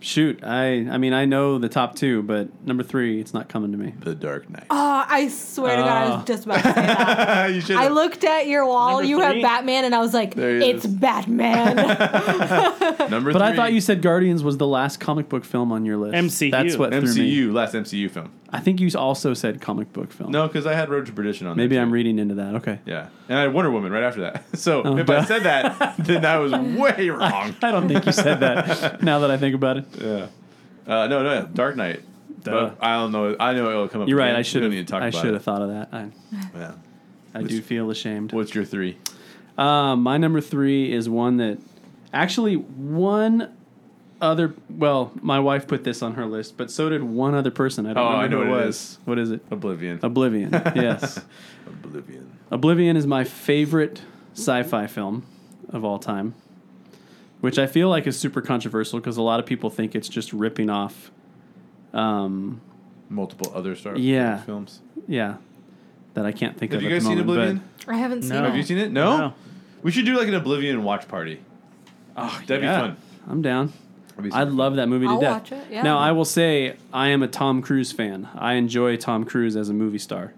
B: Shoot, I I mean I know the top two, but number three, it's not coming to me.
A: The Dark Knight.
D: Oh, I swear to God, I
A: Uh.
B: Oh.
D: was just about to say that.
A: you should.
D: I looked at your wall.
C: Number
D: you
C: three?
D: have Batman, and I was like,
A: There he
D: "It's
A: is.
D: Batman."
A: Number
B: But
A: three.
B: I thought you said Guardians was the last comic book film on your list.
C: MCU.
B: That's what threw me.
A: MCU last MCU film.
B: I think you also said comic book film.
A: No, because I had Road to Perdition on.
B: Maybe
A: there,
B: I'm
A: too.
B: reading into that. Okay.
A: Yeah, and I had Wonder Woman right after that. So if I
B: Oh, duh.
A: said that, then I was way wrong.
B: I don't think you said that. now that I think about it,
A: yeah. Uh, no, no, Dark Knight.
B: Duh.
A: But I don't know. I know it'll come up.
B: you're right.
A: again.
B: I
A: We
B: should
A: don't need to
B: have.
A: talk
B: I
A: about
B: should
A: it.
B: have thought of that. I,
A: Yeah.
B: I do feel ashamed.
A: What's your three?
B: Uh, my number three is one that actually one other. Well, my wife put this on her list, but so did one other person. I don't
A: Oh, I
B: remember
A: know
B: who
A: what
B: it
A: it
B: was.
A: is.
B: What is it?
A: Oblivion.
B: Oblivion. yes.
A: Oblivion.
B: Oblivion is my favorite sci-fi film of all time, which I feel like is super controversial because a lot of people think it's just ripping off. Um,
A: Multiple other Star Wars
B: Yeah.
A: films.
B: yeah, that I can't think
A: Have
B: of.
A: you
B: at
A: guys
B: the
A: seen
B: moment, but-
A: Oblivion?
D: I haven't seen
C: No.
D: it.
A: Have you seen it? No?
C: No.
A: We should do like an Oblivion watch party.
B: Oh,
A: That'd be
B: yeah.
A: fun.
B: I'm down.
A: Ah, That'd be
B: I
A: super fun.
B: love that movie to
D: I'll
B: death.
D: watch it, yeah.
B: Now I will say I am a Tom Cruise fan. I enjoy Tom Cruise as a movie star.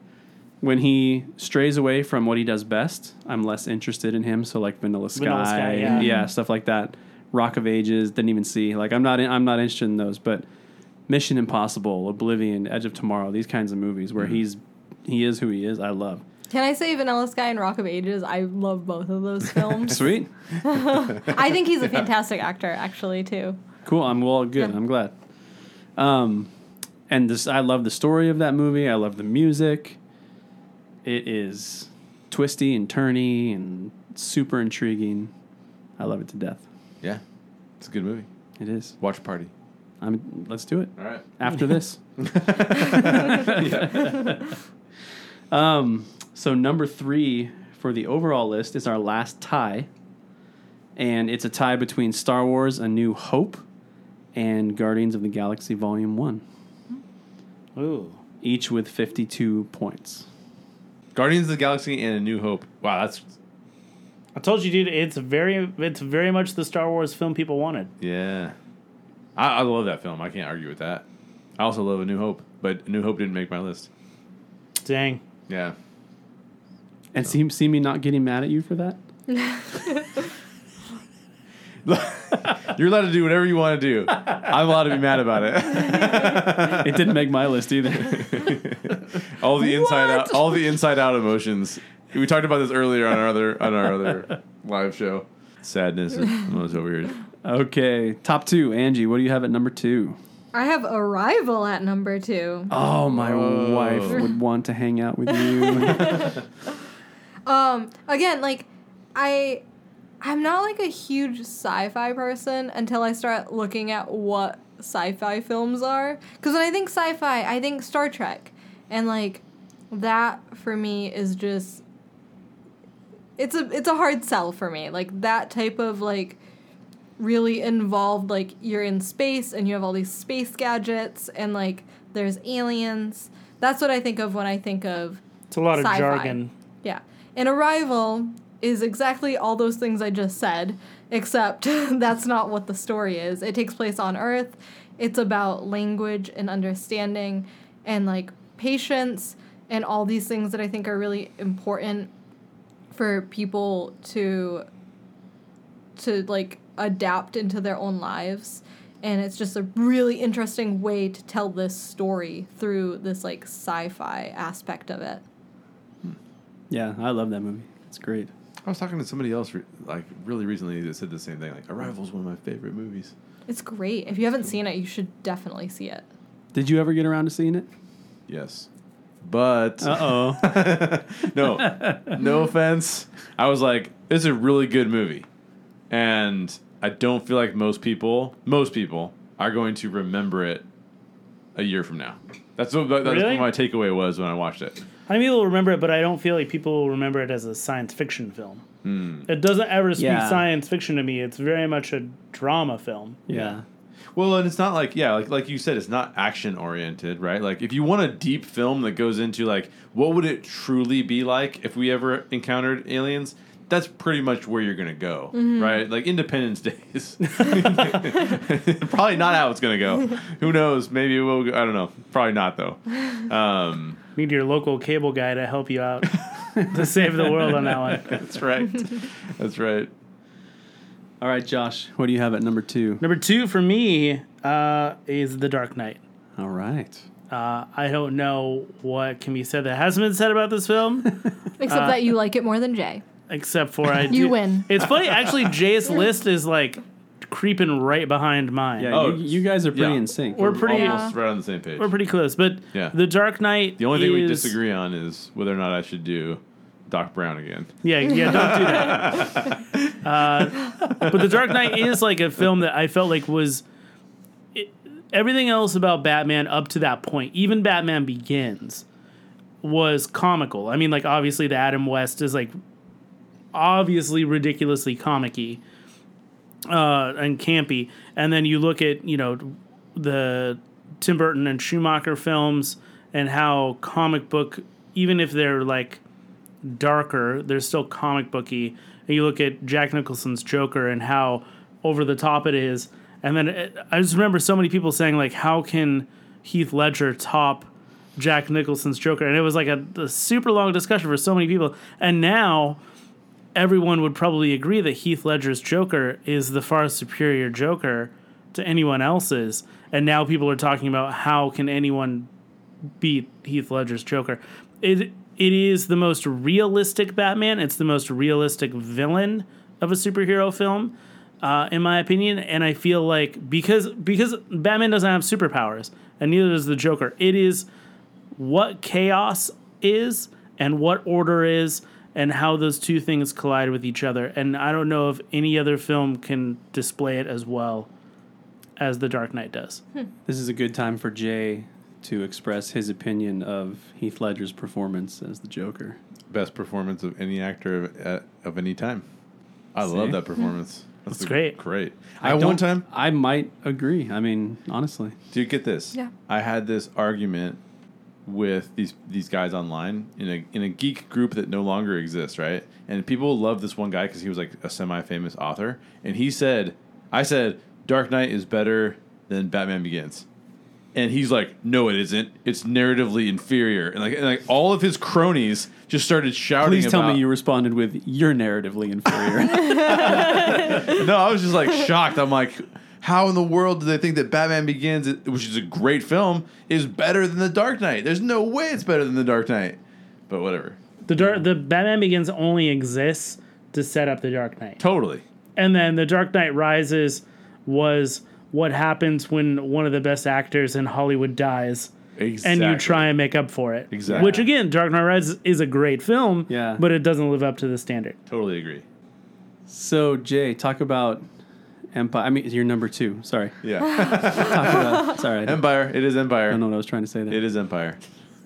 B: When he strays away from what he does best, I'm less interested in him. So like Vanilla Sky,
C: Vanilla Sky, yeah.
B: stuff like that. Rock of Ages. Didn't even see. Like I'm not in, I'm not interested in those. But Mission Impossible, Oblivion, Edge of Tomorrow, these kinds of movies where he's he is who he is. I love.
D: Can I say Vanilla Sky and Rock of Ages? I love both of those films.
B: Sweet,
D: I think he's a fantastic actor, actually, too.
B: cool. I'm well, good.
D: Yeah.
B: I'm glad. Um, and this I love the story of that movie. I love the music. It is twisty and turny and super intriguing. I love it to death.
A: Yeah, it's a good movie.
B: It is.
A: Watch party.
B: I'm. Let's do it
A: All right.
B: after this.
A: yeah.
B: Um, so number three for the overall list is our last tie, and it's a tie between Star Wars: A New Hope and Guardians of the Galaxy Volume One,
C: Ooh.
B: each with fifty-two points.
A: Guardians of the Galaxy and A New Hope. Wow, that's
C: I told you, dude. It's very, it's very much the Star Wars film people wanted.
A: yeah. I, I love that film. I can't argue with that. I also love A New Hope, but A New Hope didn't make my list.
C: Dang.
A: Yeah.
B: And see, see me not getting mad at you for that.
A: You're allowed to do whatever you want to do. I'm allowed to be mad about it.
B: It didn't make my list either.
A: All the inside out,
D: What?
A: all the inside out emotions. We talked about this earlier on our other on our other live show. Sadness is the most over here.
B: Okay, top two. Angie, what do you have at number two?
D: I have Arrival at number two.
B: Oh, my
A: Whoa.
B: wife would want to hang out with you.
D: Um, again, like I, I'm not like a huge sci-fi person until I start looking at what sci-fi films are. Because when I think sci-fi, I think Star Trek, and like that for me is just, it's a it's a hard sell for me. Like that type of like really involved like you're in space and you have all these space gadgets and like there's aliens that's what i think of when i think of
C: It's a lot of
D: Sci-fi.
C: jargon.
D: yeah. And Arrival is exactly all those things I just said, except that's not what the story is. It takes place on Earth. It's about language and understanding and like patience and all these things that I think are really important for people to to like adapt into their own lives and it's just a really interesting way to tell this story through this like sci-fi aspect of it.
B: yeah, I love that movie. It's great.
A: I was talking to somebody else re- like really recently that said the same thing. Like Arrival is one of my favorite movies.
D: It's great. If you haven't seen it, you should definitely see it.
B: Did you ever get around to seeing it?
A: Yes, but
B: Uh oh.
A: no, no offense. I was like, it's a really good movie, and I don't feel like most people, most people, are going to remember it a year from now. That's what that's
C: Really?
A: what my takeaway was when I watched it.
C: I mean, people remember it, but I don't feel like people will remember it as a science fiction film. It doesn't ever speak
B: Yeah.
C: science fiction to me. It's very much a drama film.
B: yeah.
A: Well, and it's not like yeah, like like you said, it's not action oriented, right? Like if you want a deep film that goes into like what would it truly be like if we ever encountered aliens, that's pretty much where you're gonna go, right? Like Independence Days, probably not how it's gonna go. Who knows? Maybe it will. go- I don't know. Probably not though. Um,
C: Need your local cable guy to help you out to save the world on that one.
A: that's right. That's right.
B: All right, Josh, what do you have at number two?
C: Number two for me uh, is The Dark Knight.
B: All right.
C: Uh, I don't know what can be said that hasn't been said about this film,
D: Except that you like it more than Jay.
C: except for I.
D: You
C: do-
D: win.
C: It's funny, actually. Jay's list is like creeping right behind mine.
B: Yeah,
A: Oh,
B: you, you guys are pretty
A: yeah.
B: in sync.
C: We're pretty-
A: almost right on the same page.
C: We're pretty close, but
A: Yeah.
C: The Dark Knight.
A: the only thing we
C: is-
A: disagree on is whether or not I should do Doc Brown again.
C: Yeah, yeah, don't do that. uh, but The Dark Knight is like a film that I felt like was it, everything else about Batman up to that point, even Batman Begins, was comical. I mean, like obviously the Adam West is like obviously ridiculously comicky uh, and campy, and then you look at you know the Tim Burton and Schumacher films and how comic book, even if they're like darker. They're still comic booky. And you look at Jack Nicholson's Joker and how over the top it is. And then it, I just remember so many people saying like, "How can Heath Ledger top Jack Nicholson's Joker?" And it was like a, a super long discussion for so many people. And now everyone would probably agree that Heath Ledger's Joker is the far superior Joker to anyone else's. And now people are talking about how can anyone beat Heath Ledger's Joker. It it is the most realistic Batman. It's the most realistic villain of a superhero film, uh, in my opinion. And I feel like because because Batman doesn't have superpowers, and neither does the Joker. It is what chaos is and what order is and how those two things collide with each other and i don't know if any other film can display it as well as the dark knight does
B: This is a good time for Jay to express his opinion of Heath Ledger's performance as the Joker.
A: Best performance of any actor of, uh, of any time. I
B: See?
A: love that performance. That's,
C: That's
A: a-
C: great.
A: Great. I, one
B: don't-
A: time,
B: I might agree. I mean, honestly,
A: dude, get this.
D: Yeah.
A: I had this argument with these these guys online in a in a geek group that no longer exists, right? And people love this one guy because he was like a semi famous author, and he said, "I said Dark Knight is better than Batman Begins." And he's like, no, it isn't. It's narratively inferior. And like, and like all of his cronies just started shouting.
B: please tell
A: about-
B: me you responded with "You're narratively inferior."
A: No, I was just like shocked. I'm like, how in the world do they think that Batman Begins, which is a great film, is better than The Dark Knight? There's no way it's better than The Dark Knight. But whatever.
C: the dark the batman begins only exists to set up the dark knight
A: Totally.
C: and then the dark knight rises was what happens when one of the best actors in hollywood dies and
A: Exactly.
C: you try and make up for it
A: Exactly.
C: which again dark knight rises is a great film
B: Yeah.
C: but it doesn't live up to the standard
A: Totally agree.
B: so, Jay, talk about Empire. I mean, you're number two. Sorry,
A: Yeah.
B: talk about. Sorry, I don't
A: Empire. It is Empire.
B: know what I was trying to say there.
A: It is Empire.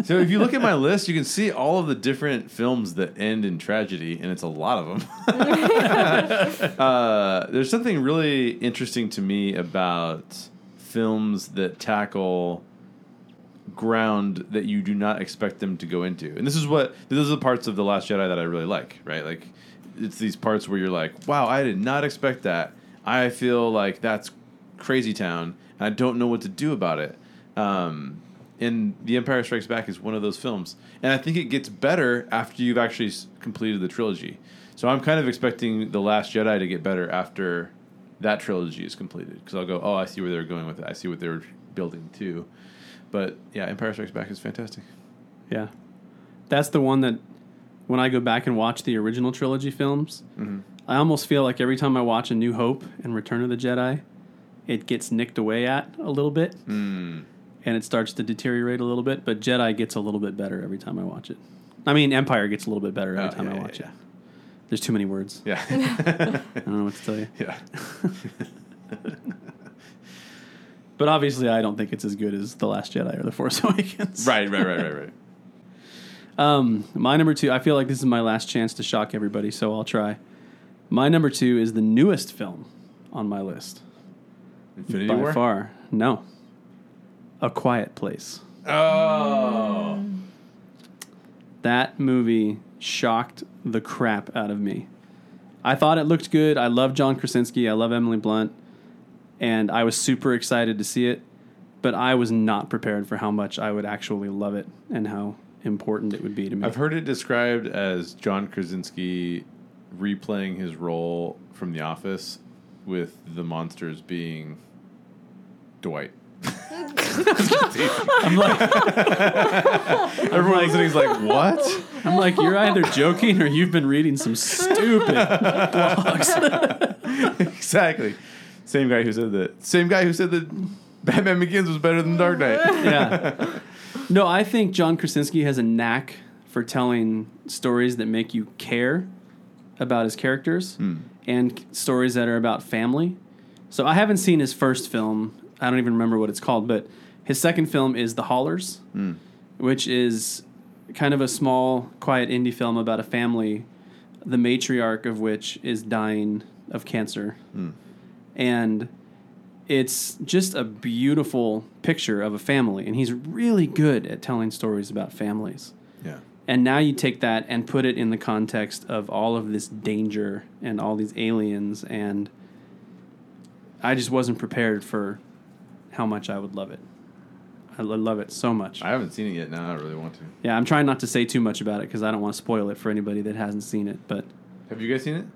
A: So if you look at my list, you can see all of the different films that end in tragedy, and it's a lot of them. uh, there's something really interesting to me about films that tackle ground that you do not expect them to go into, and this is what those are the parts of the Last Jedi that I really like. Right, like it's these parts where you're like, "Wow, I did not expect that." I feel like that's crazy town, and I don't know what to do about it. Um, and The Empire Strikes Back is one of those films, and I think it gets better after you've actually s- completed the trilogy. So I'm kind of expecting The Last Jedi to get better after that trilogy is completed, because I'll go, "Oh, I see where they're going with it. I see what they were building too." But yeah, Empire Strikes Back is fantastic.
B: Yeah. That's the one that when I go back and watch the original trilogy films,
A: Mm-hmm.
B: I almost feel like every time I watch A New Hope and Return of the Jedi, it gets nicked away at a little bit
A: Mm. Hmm.
B: and it starts to deteriorate a little bit, but Jedi gets a little bit better every time I watch it. I mean, Empire gets a little bit better every
A: Oh,
B: time
A: yeah,
B: I
A: yeah,
B: watch
A: yeah.
B: it. There's too many words.
A: Yeah.
B: I don't know what to tell you.
A: yeah.
B: But obviously, I don't think it's as good as The Last Jedi or The Force Awakens.
A: Right, right, right, right, right.
B: Um, my number two, I feel like this is my last chance to shock everybody, so I'll try. My number two is the newest film on my list
A: Infinity
B: by
A: War.
B: far. No, A Quiet Place.
A: Oh.
B: That movie shocked the crap out of me. I thought it looked good. I love John Krasinski. I love Emily Blunt, and I was super excited to see it. But I was not prepared for how much I would actually love it and how important it would be to me.
A: I've heard it described as John Krasinski replaying his role from The Office with the monsters being Dwight. Everyone listening is like, what?
B: I'm like, you're either joking or you've been reading some stupid blogs.
A: exactly. Same guy who said that. Same guy who said that Batman Begins was better than Dark Knight.
B: yeah. No, I think John Krasinski has a knack for telling stories that make you care about his characters and c- stories that are about family. So I haven't seen his first film. I don't even remember what it's called, but his second film is The Haulers, which is kind of a small, quiet indie film about a family, the matriarch of which is dying of cancer. And it's just a beautiful picture of a family and he's really good at telling stories about families
A: Yeah.
B: and now you take that and put it in the context of all of this danger and all these aliens and i just wasn't prepared for how much i would love it i lo- love it so much
A: I haven't seen it yet. Now I really want to.
B: yeah i'm trying not to say too much about it because i don't want to spoil it for anybody that hasn't seen it but
A: Have you guys seen it?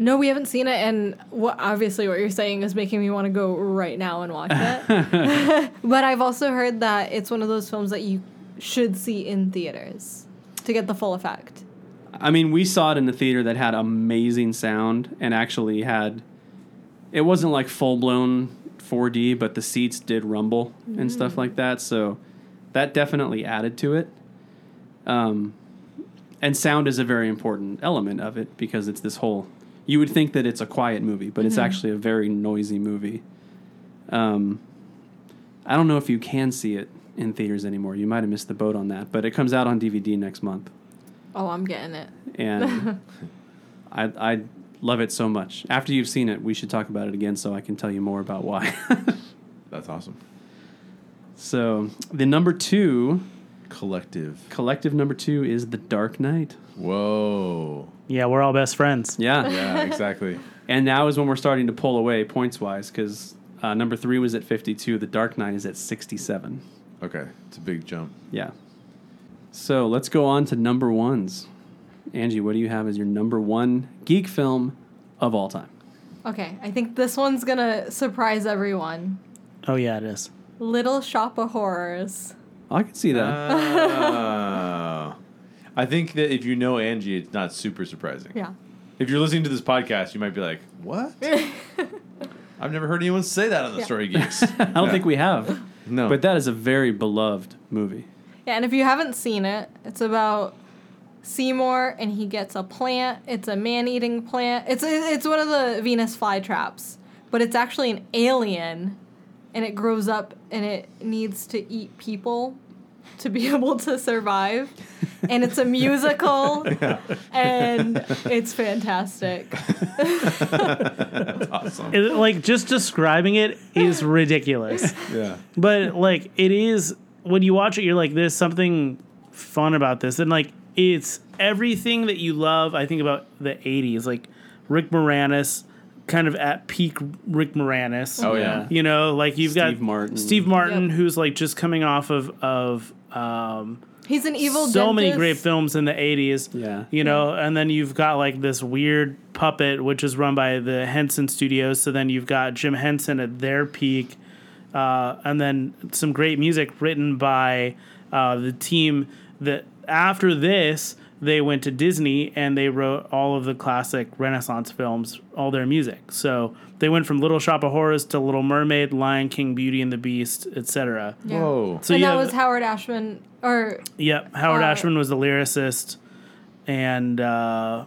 D: No, we haven't seen it, and wha obviously what you're saying is making me want to go right now and watch it. but I've also heard that it's one of those films that you should see in theaters to get the full effect.
B: I mean, we saw it in the theater that had amazing sound and actually had. It wasn't like full blown 4D, but the seats did rumble and stuff like that. So that definitely added to it. Um, and sound is a very important element of it because it's this whole. You would think that it's a quiet movie, but it's actually a very noisy movie. Um, I don't know if you can see it in theaters anymore. You might have missed the boat on that, but it comes out on DVD next month
D: Oh, I'm getting it.
B: and I, I love it so much. After you've seen it, we should talk about it again so I can tell you more about why.
A: That's awesome.
B: so the number two,
A: Collective.
B: collective number two, is The Dark Knight.
A: Whoa.
C: Yeah, we're all best friends.
B: Yeah,
A: Yeah, exactly.
B: and now is when we're starting to pull away points wise because uh, number three was at fifty-two. The Dark Knight is at sixty-seven.
A: Okay, it's a big jump.
B: Yeah. So let's go on to number ones. Angie, what do you have as your number one geek film of all time?
D: Okay, I think this one's gonna surprise everyone.
C: Oh yeah, it is.
D: Little Shop of Horrors.
B: Oh, I can see that.
A: Ah. I think that if you know Angie, it's not super surprising.
D: Yeah.
A: If you're listening to this podcast, you might be like, "What? I've never heard anyone say that on the
D: Yeah.
A: Story Geeks." I
B: I don't think we have.
A: No,
B: But that is a very beloved movie.
D: Yeah, and if you haven't seen it, it's about Seymour and he gets a plant. It's a man-eating plant. It's it's one of the Venus flytraps, but it's actually an alien, and it grows up and it needs to eat people to be able to survive. And it's a musical, and it's fantastic.
A: that's awesome.
C: It- like just describing it is ridiculous.
A: yeah,
C: but like it is when you watch it you're like there's something fun about this and like it's everything that you love i think about the 80s like rick moranis kind of at peak rick moranis
A: Oh, yeah.
C: you know like you've
B: Steve
C: got
B: Martin.
C: steve martin
D: Yep.
C: who's like just coming off of of um
D: He's an evil.
C: so many great
D: dentist.
C: films in the 80s
B: Yeah.
C: you know and then you've got like this weird puppet which is run by the henson studios so then you've got jim henson at their peak uh, and then some great music written by uh, the team that after this they went to disney and they wrote all of the classic renaissance films all their music so they went from little shop of horrors to little mermaid lion king beauty and the beast etc
D: Yeah.
A: Whoa.
C: so
D: and
C: you
D: that
C: have-
D: was Howard Ashman, or
C: Yep, Howard
D: Uh,
C: Ashman was the lyricist, and uh,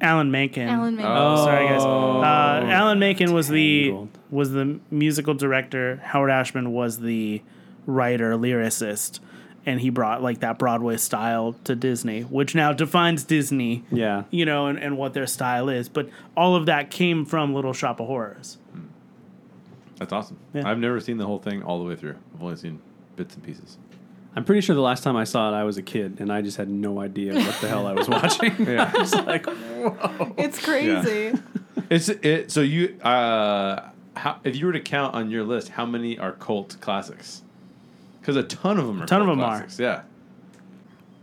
C: Alan Menken.
D: Alan Menken.
A: Oh.
C: Sorry guys. Uh, Alan Menken was the
B: Tangled.
C: was the musical director. Howard Ashman was the writer lyricist, and he brought like that Broadway style to Disney, which now defines Disney.
B: Yeah.
C: You know, and, and what their style is, but all of that came from Little Shop of Horrors.
A: That's awesome.
C: Yeah.
A: I've never seen the whole thing all the way through. I've only seen bits and pieces.
B: I'm pretty sure the last time I saw it, I was a kid and I just had no idea what the hell I was watching.
A: Yeah.
B: I was like,
D: It's crazy.
A: It's it. So you, uh, how, if you were to count on your list, how many are cult classics? Because a ton of them are.
C: Ton of
A: cult
C: them are.
A: classics. Yeah.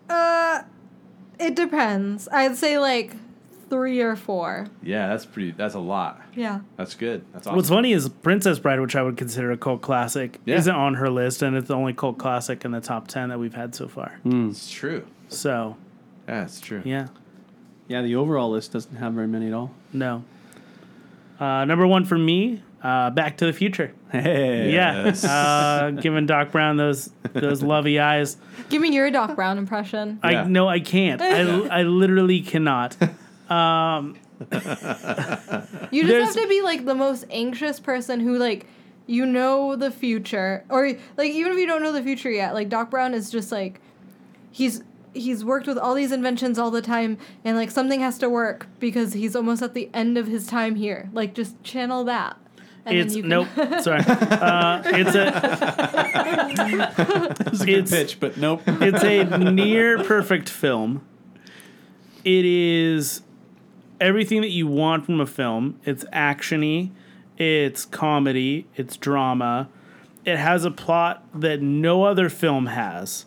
D: Uh, it depends. I'd say like three or four.
A: Yeah, that's pretty. That's a lot.
D: Yeah.
A: That's good. That's awesome.
C: What's funny is Princess Bride, which I would consider a cult classic,
A: Yeah.
C: isn't on her list, and it's the only cult classic in the top ten that we've had so far.
A: It's true.
C: So
A: Yeah, it's true.
C: yeah,
B: yeah, the overall list doesn't have very many at all.
C: no. Uh, number one for me, uh, Back to the Future.
B: Hey.
A: Yes.
C: Yeah, uh, giving Doc Brown those those lovey eyes.
D: Give me your Doc Brown impression.
A: Yeah.
C: I no, I can't. I, I literally cannot.
D: You just
C: There's-
D: have to be like the most anxious person who like you know the future or like even if you don't know the future yet, like Doc Brown is just like he's he's worked with all these inventions all the time and like something has to work because he's almost at the end of his time here. Like just channel that. And
C: it's nope. Sorry, uh, it's a
B: It's a good
C: It's-
B: pitch, but nope.
C: it's a near perfect film. It is everything that you want from a film. It's actiony, it's comedy, it's drama. It has a plot that no other film has.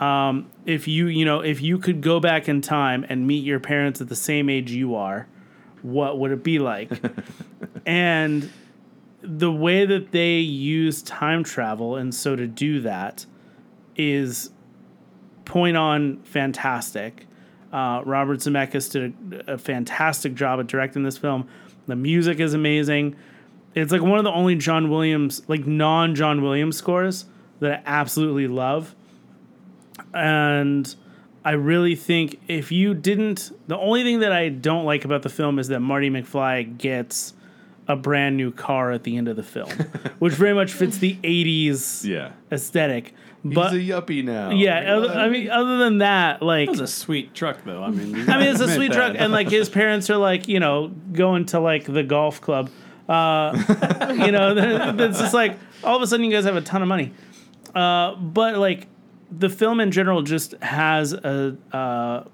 C: Um, if you you know if you could go back in time and meet your parents at the same age you are, what would it be like? and the way that they use time travel and so to do that is point on fantastic. Uh, Robert Zemeckis did a, a fantastic job at directing this film. The music is amazing. It's like one of the only John Williams, like non John Williams scores that I absolutely love. And I really think if you didn't, the only thing that I don't like about the film is that Marty McFly gets a brand new car at the end of the film, which very much fits the 80s
A: Yeah.
C: aesthetic.
A: He's
C: But
A: a yuppie now.
C: yeah,
A: Like,
C: oth- I mean, other than that, like,
B: That was a sweet truck, though. I mean,
C: I mean, it's a
A: admit
C: sweet
A: that.
C: truck, and like his parents are like, you know, going to like the golf club. Uh, you know, it's just like all of a sudden you guys have a ton of money. Uh, but like the film in general just has a uh,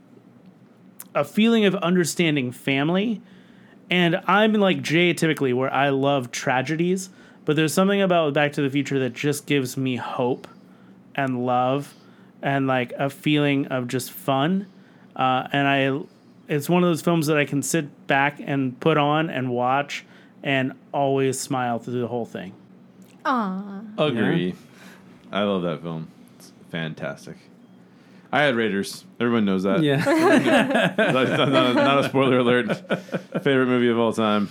C: a feeling of understanding family, and I'm like Jay typically where I love tragedies, but there's something about Back to the Future that just gives me hope and love and like a feeling of just fun. Uh, and I, it's one of those films that I can sit back and put on and watch and always smile through the whole thing.
D: Aw.
C: uh,
A: Agree. I love that film. It's fantastic. I had Raiders. Everyone knows that.
B: yeah.
A: That's not, not a, not a spoiler alert. Favorite movie of all time.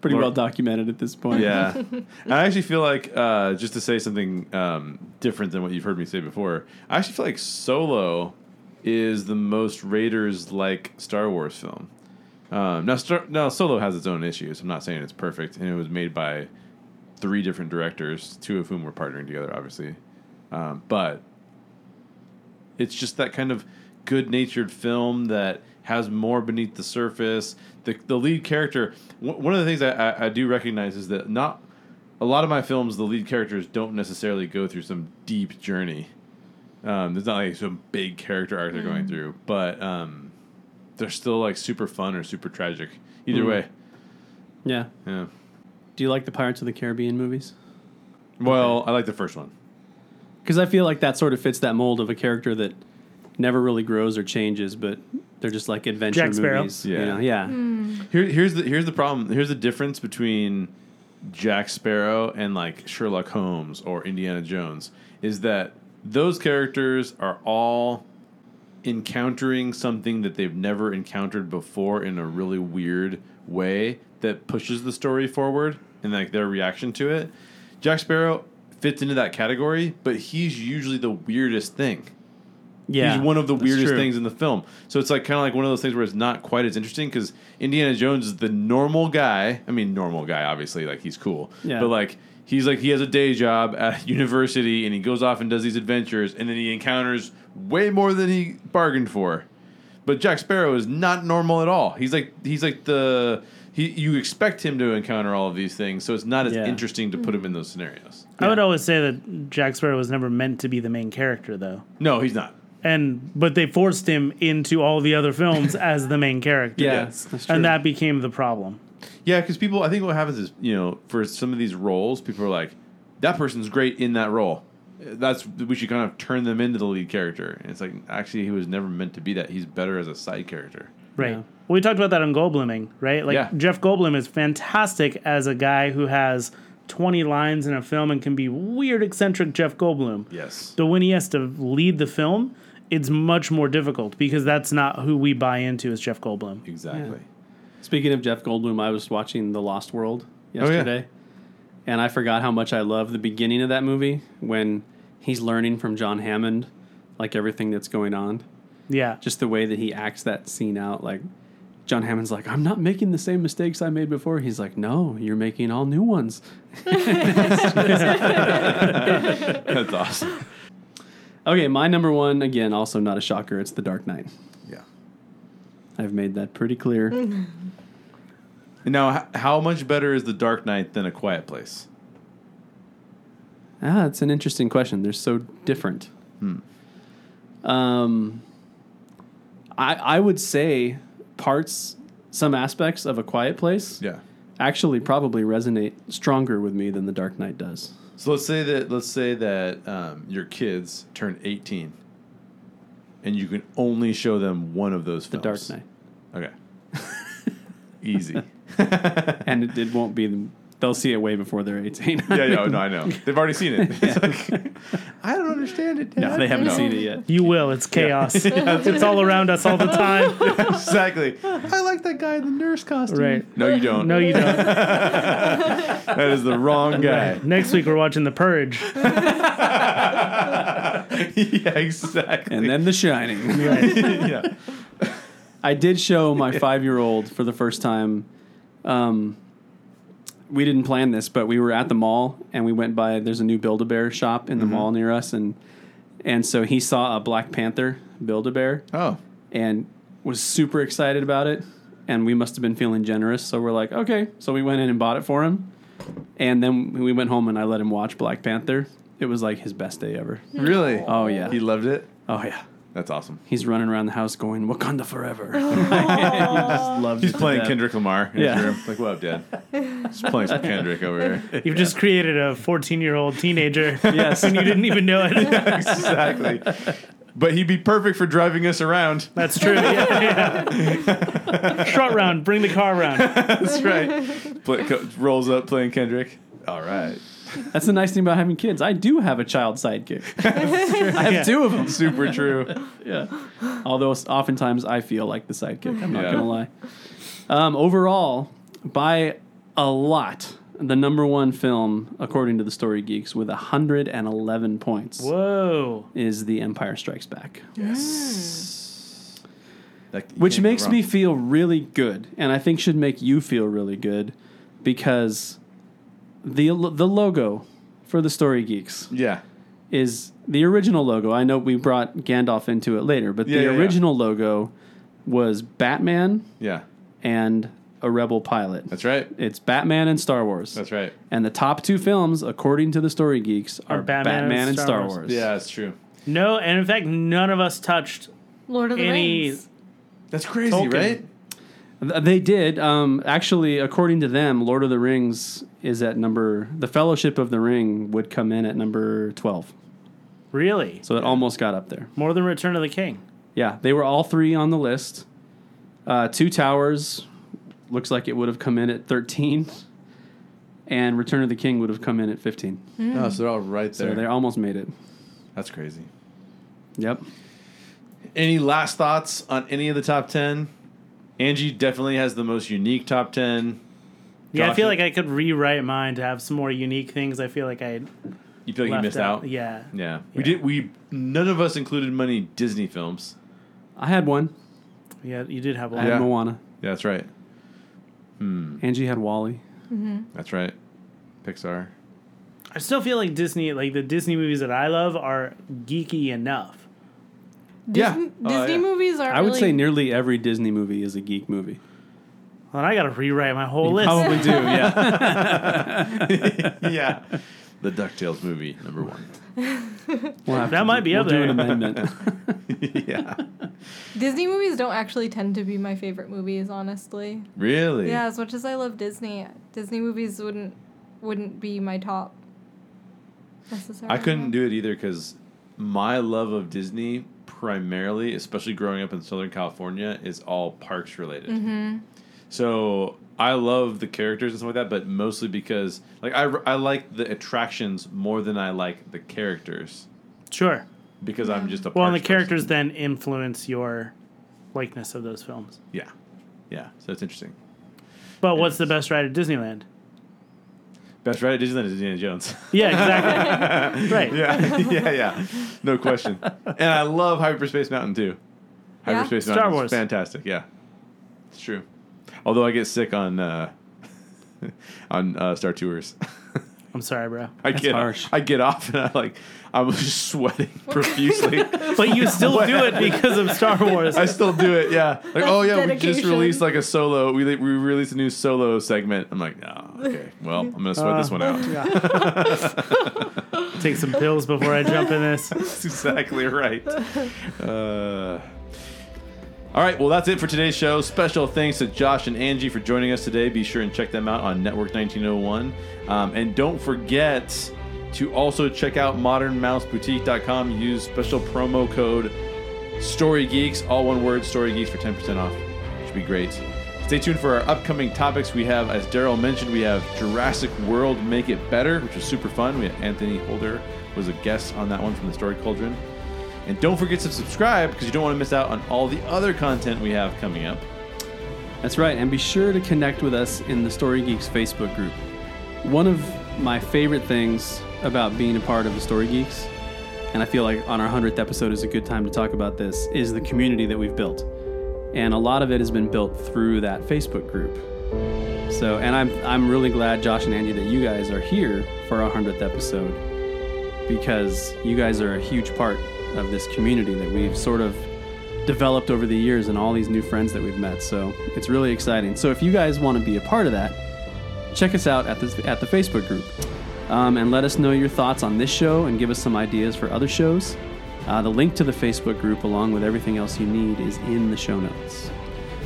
B: Pretty
A: Lord-
B: well documented at this point.
A: Yeah. And I actually feel like, uh, just to say something um, different than what you've heard me say before, I actually feel like Solo is the most Raiders like Star Wars film. Um, now, Star- now, Solo has its own issues. I'm not saying it's perfect, and it was made by three different directors, two of whom were partnering together, obviously. Um, but it's just that kind of good natured film that has more beneath the surface. The, the lead character, w- one of the things I, I, I do recognize is that not a lot of my films, the lead characters don't necessarily go through some deep journey. Um, there's not like some big character arc they're going through, but um, they're still like super fun or super tragic. Either way,
B: Yeah.
A: yeah.
B: Do you like the Pirates of the Caribbean movies?
A: Well, I like the first one.
B: Because I feel like that sort of fits that mold of a character that never really grows or changes, but they're just like adventure
C: Jack Sparrow.
B: movies.
A: Yeah.
B: You know? Yeah.
A: Here, here's the here's the problem. Here's the difference between Jack Sparrow and like Sherlock Holmes or Indiana Jones is that those characters are all encountering something that they've never encountered before in a really weird way that pushes the story forward and like their reaction to it. Jack Sparrow fits into that category, but he's usually the weirdest thing.
B: Yeah.
A: He's one of the
B: That's
A: weirdest
B: true.
A: things in the film. So it's like kind of like one of those things where it's not quite as interesting because Indiana Jones is the normal guy. I mean, normal guy, obviously, like he's cool.
B: Yeah.
A: But like he's like he has a day job at university and he goes off and does these adventures and then he encounters way more than he bargained for. But Jack Sparrow is not normal at all. He's like he's like the he you expect him to encounter all of these things, so it's not as
B: Yeah.
A: interesting to put him in those scenarios.
C: I would always say that Jack Sparrow was never meant to be the main character, though.
A: No, he's not.
C: And but they forced him into all the other films as the main character.
B: Yeah.
A: Yeah.
B: That's, that's true.
C: and that became the problem.
A: Yeah, because people, I think what happens is, you know, for some of these roles, people are like, that person's great in that role. That's we should kind of turn them into the lead character. And it's like, actually, he was never meant to be that. He's better as a side character.
C: Right.
B: Yeah.
C: We talked about that on Goldbluming, right? Like
A: Yeah.
C: Jeff Goldblum is fantastic as a guy who has 20 lines in a film and can be weird eccentric Jeff Goldblum.
A: Yes.
C: But when he has to lead the film, it's much more difficult because that's not who we buy into as Jeff Goldblum.
A: Exactly.
B: Speaking of Jeff Goldblum, I was watching The Lost World
A: yeah.
B: yesterday, and I forgot how much I love the beginning of that movie when he's learning from John Hammond, like everything that's going on.
C: Yeah.
B: Just the way that he acts that scene out, like John Hammond's like, "I'm not making the same mistakes I made before." He's like, "No, you're making all new ones."
A: That's awesome.
B: Okay, my number one again, also not a shocker. It's The Dark Knight.
A: Yeah.
B: I've made that pretty clear.
A: Now, h- how much better is The Dark Knight than A Quiet Place?
B: ah, it's an interesting question. They're so different.
A: Hmm.
B: Um, I I would say parts, some aspects of a quiet place
A: Yeah.
B: actually probably resonate stronger with me than the Dark Knight does.
A: So let's say that let's say that um, your kids turn eighteen and you can only show them one of those
B: The
A: films.
B: Dark Knight.
A: Okay. Easy.
B: and it, it won't be. They'll see it way before they're eighteen.
A: Yeah, yeah, no, I know. They've already seen it. It's like, I don't understand it.
B: no,
A: Dad.
B: they haven't
A: No.
B: seen it yet.
C: You will. It's chaos. it's all around us all the time.
A: exactly. I like that guy in the nurse costume.
C: Right.
A: No, you don't.
C: No, you don't.
A: That is the wrong guy.
C: Next week we're watching The Purge.
A: yeah, exactly.
B: And then The Shining.
A: yeah.
B: I did show my five year old for the first time. Um, we didn't plan this, but we were at the mall and we went by. There's a new Build a Bear shop in the mall near us, and and so he saw a Black Panther Build a Bear
A: Oh.
B: and was super excited about it. And we must have been feeling generous, so we're like, okay. So we went in and bought it for him, and then we went home and I let him watch Black Panther. It was like his best day ever.
A: Really?
B: Oh yeah.
A: He loved it.
B: Oh yeah.
A: That's awesome.
B: He's running around the house going Wakanda forever. just loves
A: He's playing
B: that.
A: Kendrick Lamar in
B: Yeah.
A: his room. Like, what up, Dad? Just playing some Kendrick over here.
C: You've just created a 14 year old teenager.
B: Yes.
C: And you didn't even know it.
A: exactly. But he'd be perfect for driving us around.
C: That's true. Yeah, yeah. Short round. Bring the car round.
A: That's right. Play, co- rolls up playing Kendrick. All right.
B: That's the nice thing about having kids. I do have a child sidekick. I have
C: Yeah.
B: two of them.
A: Super true.
B: Yeah. Although s- oftentimes I feel like the sidekick. I'm not
A: Yeah.
B: gonna lie. Um, overall, by a lot, the number one film according to the Story Geeks with 111 points
C: Whoa.
B: is The Empire Strikes Back.
A: Yes. Like, you
B: which
A: can't go
B: makes
A: wrong.
B: me feel really good, and I think should make you feel really good, because the lo- the logo for the Story Geeks
A: Yeah.
B: is the original logo. I know we brought Gandalf into it later, but
A: Yeah,
B: the
A: yeah, yeah.
B: original logo was Batman
A: Yeah.
B: and a rebel pilot.
A: That's right.
B: It's Batman and Star Wars.
A: That's right.
B: And the top two films, according to the Story Geeks, are, Batman, and, Star Wars.
A: Yeah, it's true.
C: No, and in fact, none of us touched
D: Lord of the
C: any.
D: Rings.
A: That's crazy,
C: Tolkien.
A: right?
B: Th- They did. Um, actually, according to them, Lord of the Rings is at number. The Fellowship of the Ring would come in at number twelve,
C: Really?
B: so it almost got up there.
C: More than Return of the King.
B: Yeah, they were all three on the list. Uh, Two Towers looks like it would have come in at thirteen, and Return of the King would have come in at fifteen.
C: Mm.
A: No, so they're all right
B: So
A: there.
B: they almost made it.
A: That's crazy.
B: Yep.
A: Any last thoughts on any of the top 10? Angie definitely has the most unique top 10.
C: Yeah, I feel
A: Docu-
C: like I could rewrite mine to have some more unique things. I feel like I
A: You feel like
C: left
A: you missed out?
C: Yeah.
A: Yeah. We
C: Yeah.
A: did we none of us included many Disney films.
B: I had one.
C: Yeah, you did have
B: I
C: one.
B: had
A: Yeah.
B: Moana.
A: Yeah, that's right.
B: Angie had Wally.
A: That's right. Pixar.
C: I still feel like Disney, like the Disney movies that I love, are geeky enough.
A: Yeah.
D: Disney,
A: Oh,
D: Disney
A: yeah.
D: movies are.
B: I would
D: really,
B: say nearly every Disney movie is a geek movie.
C: Well, I got to rewrite my whole
B: You
C: list.
B: probably do. Yeah.
A: yeah. The DuckTales movie, number one.
B: We'll have
C: That
B: to
C: might
B: do-
C: be
B: we'll
C: up
B: do
C: there.
B: an amendment.
A: yeah.
D: Disney movies don't actually tend to be my favorite movies, honestly.
A: Really?
D: Yeah, as much as I love Disney, Disney movies wouldn't wouldn't be my top. Necessarily.
A: I couldn't do it either because my love of Disney, primarily, especially growing up in Southern California, is all parks related. So I love the characters and stuff like that, but mostly because like I, I like the attractions more than I like the characters
C: Sure.
A: because I'm just a
C: Well, and the
A: parks person.
C: characters then influence your likeness of those films.
A: Yeah, yeah. So it's interesting.
C: But what's the best ride at Disneyland?
A: Best ride at Disneyland is Indiana Jones.
C: Yeah, exactly. right.
A: yeah, yeah, yeah. No question. And I love Hyperspace Mountain too.
D: Yeah?
A: Hyperspace
C: Star
A: Mountain
C: Wars.
A: is fantastic. Yeah, it's true. Although I get sick on uh, on uh, Star Tours.
C: I'm sorry, bro.
A: I get
B: harsh.
A: I get off and I like I'm just sweating profusely.
C: But you still do it because of Star Wars.
A: I still do it. Yeah. Like oh yeah, we just
D: dedication.
A: released like a solo. We we released a new solo segment. I'm like oh okay. Well I'm gonna sweat this one out.
C: Take some pills before I jump in this.
A: That's exactly right. Uh, all right, well, that's it for today's show. Special thanks to Josh and Angie for joining us today. Be sure and check them out on Network 1901. Um, and don't forget to also check out modernmouseboutique.com. Use special promo code Story Geeks, all one word, Story Geeks for 10% off. Should be great. Stay tuned for our upcoming topics. We have, as Daryl mentioned, we have Jurassic World Make It Better, which was super fun. We had Anthony Holder was a guest on that one from the Story Cauldron. And don't forget to subscribe because you don't want to miss out on all the other content we have coming up.
B: That's right, and be sure to connect with us in the Story Geeks Facebook group. One of my favorite things about being a part of the Story Geeks, and I feel like on our 100th episode is a good time to talk about this, is the community that we've built. And a lot of it has been built through that Facebook group. So, and I'm, I'm really glad, Josh and Andy, that you guys are here for our 100th episode because you guys are a huge part of this community that we've sort of developed over the years and all these new friends that we've met. So it's really exciting. So if you guys want to be a part of that, check us out at the, at the Facebook group um, and let us know your thoughts on this show and give us some ideas for other shows. Uh, the link to the Facebook group, along with everything else you need, is in the show notes.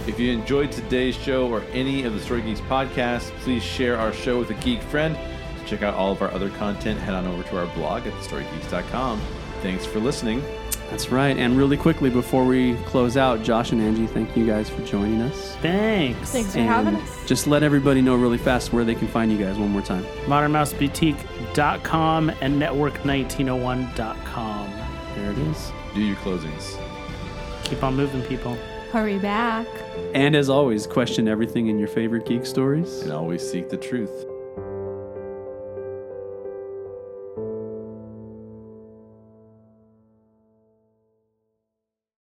A: If you enjoyed today's show or any of the Story Geeks podcasts, please share our show with a geek friend. To check out all of our other content, head on over to our blog at thestorygeeks.com. Thanks for listening.
B: That's right. And really quickly, before we close out, Josh and Angie, thank you guys for joining us.
C: Thanks.
D: Thanks for
B: and
D: having us.
B: Just let everybody know really fast where they can find you guys one more time.
C: ModernMouseBoutique.com and Network1901.com.
B: There it is.
A: Do your closings.
C: Keep on moving, people.
D: Hurry back.
B: And as always, question everything in your favorite geek stories.
A: and always seek the truth.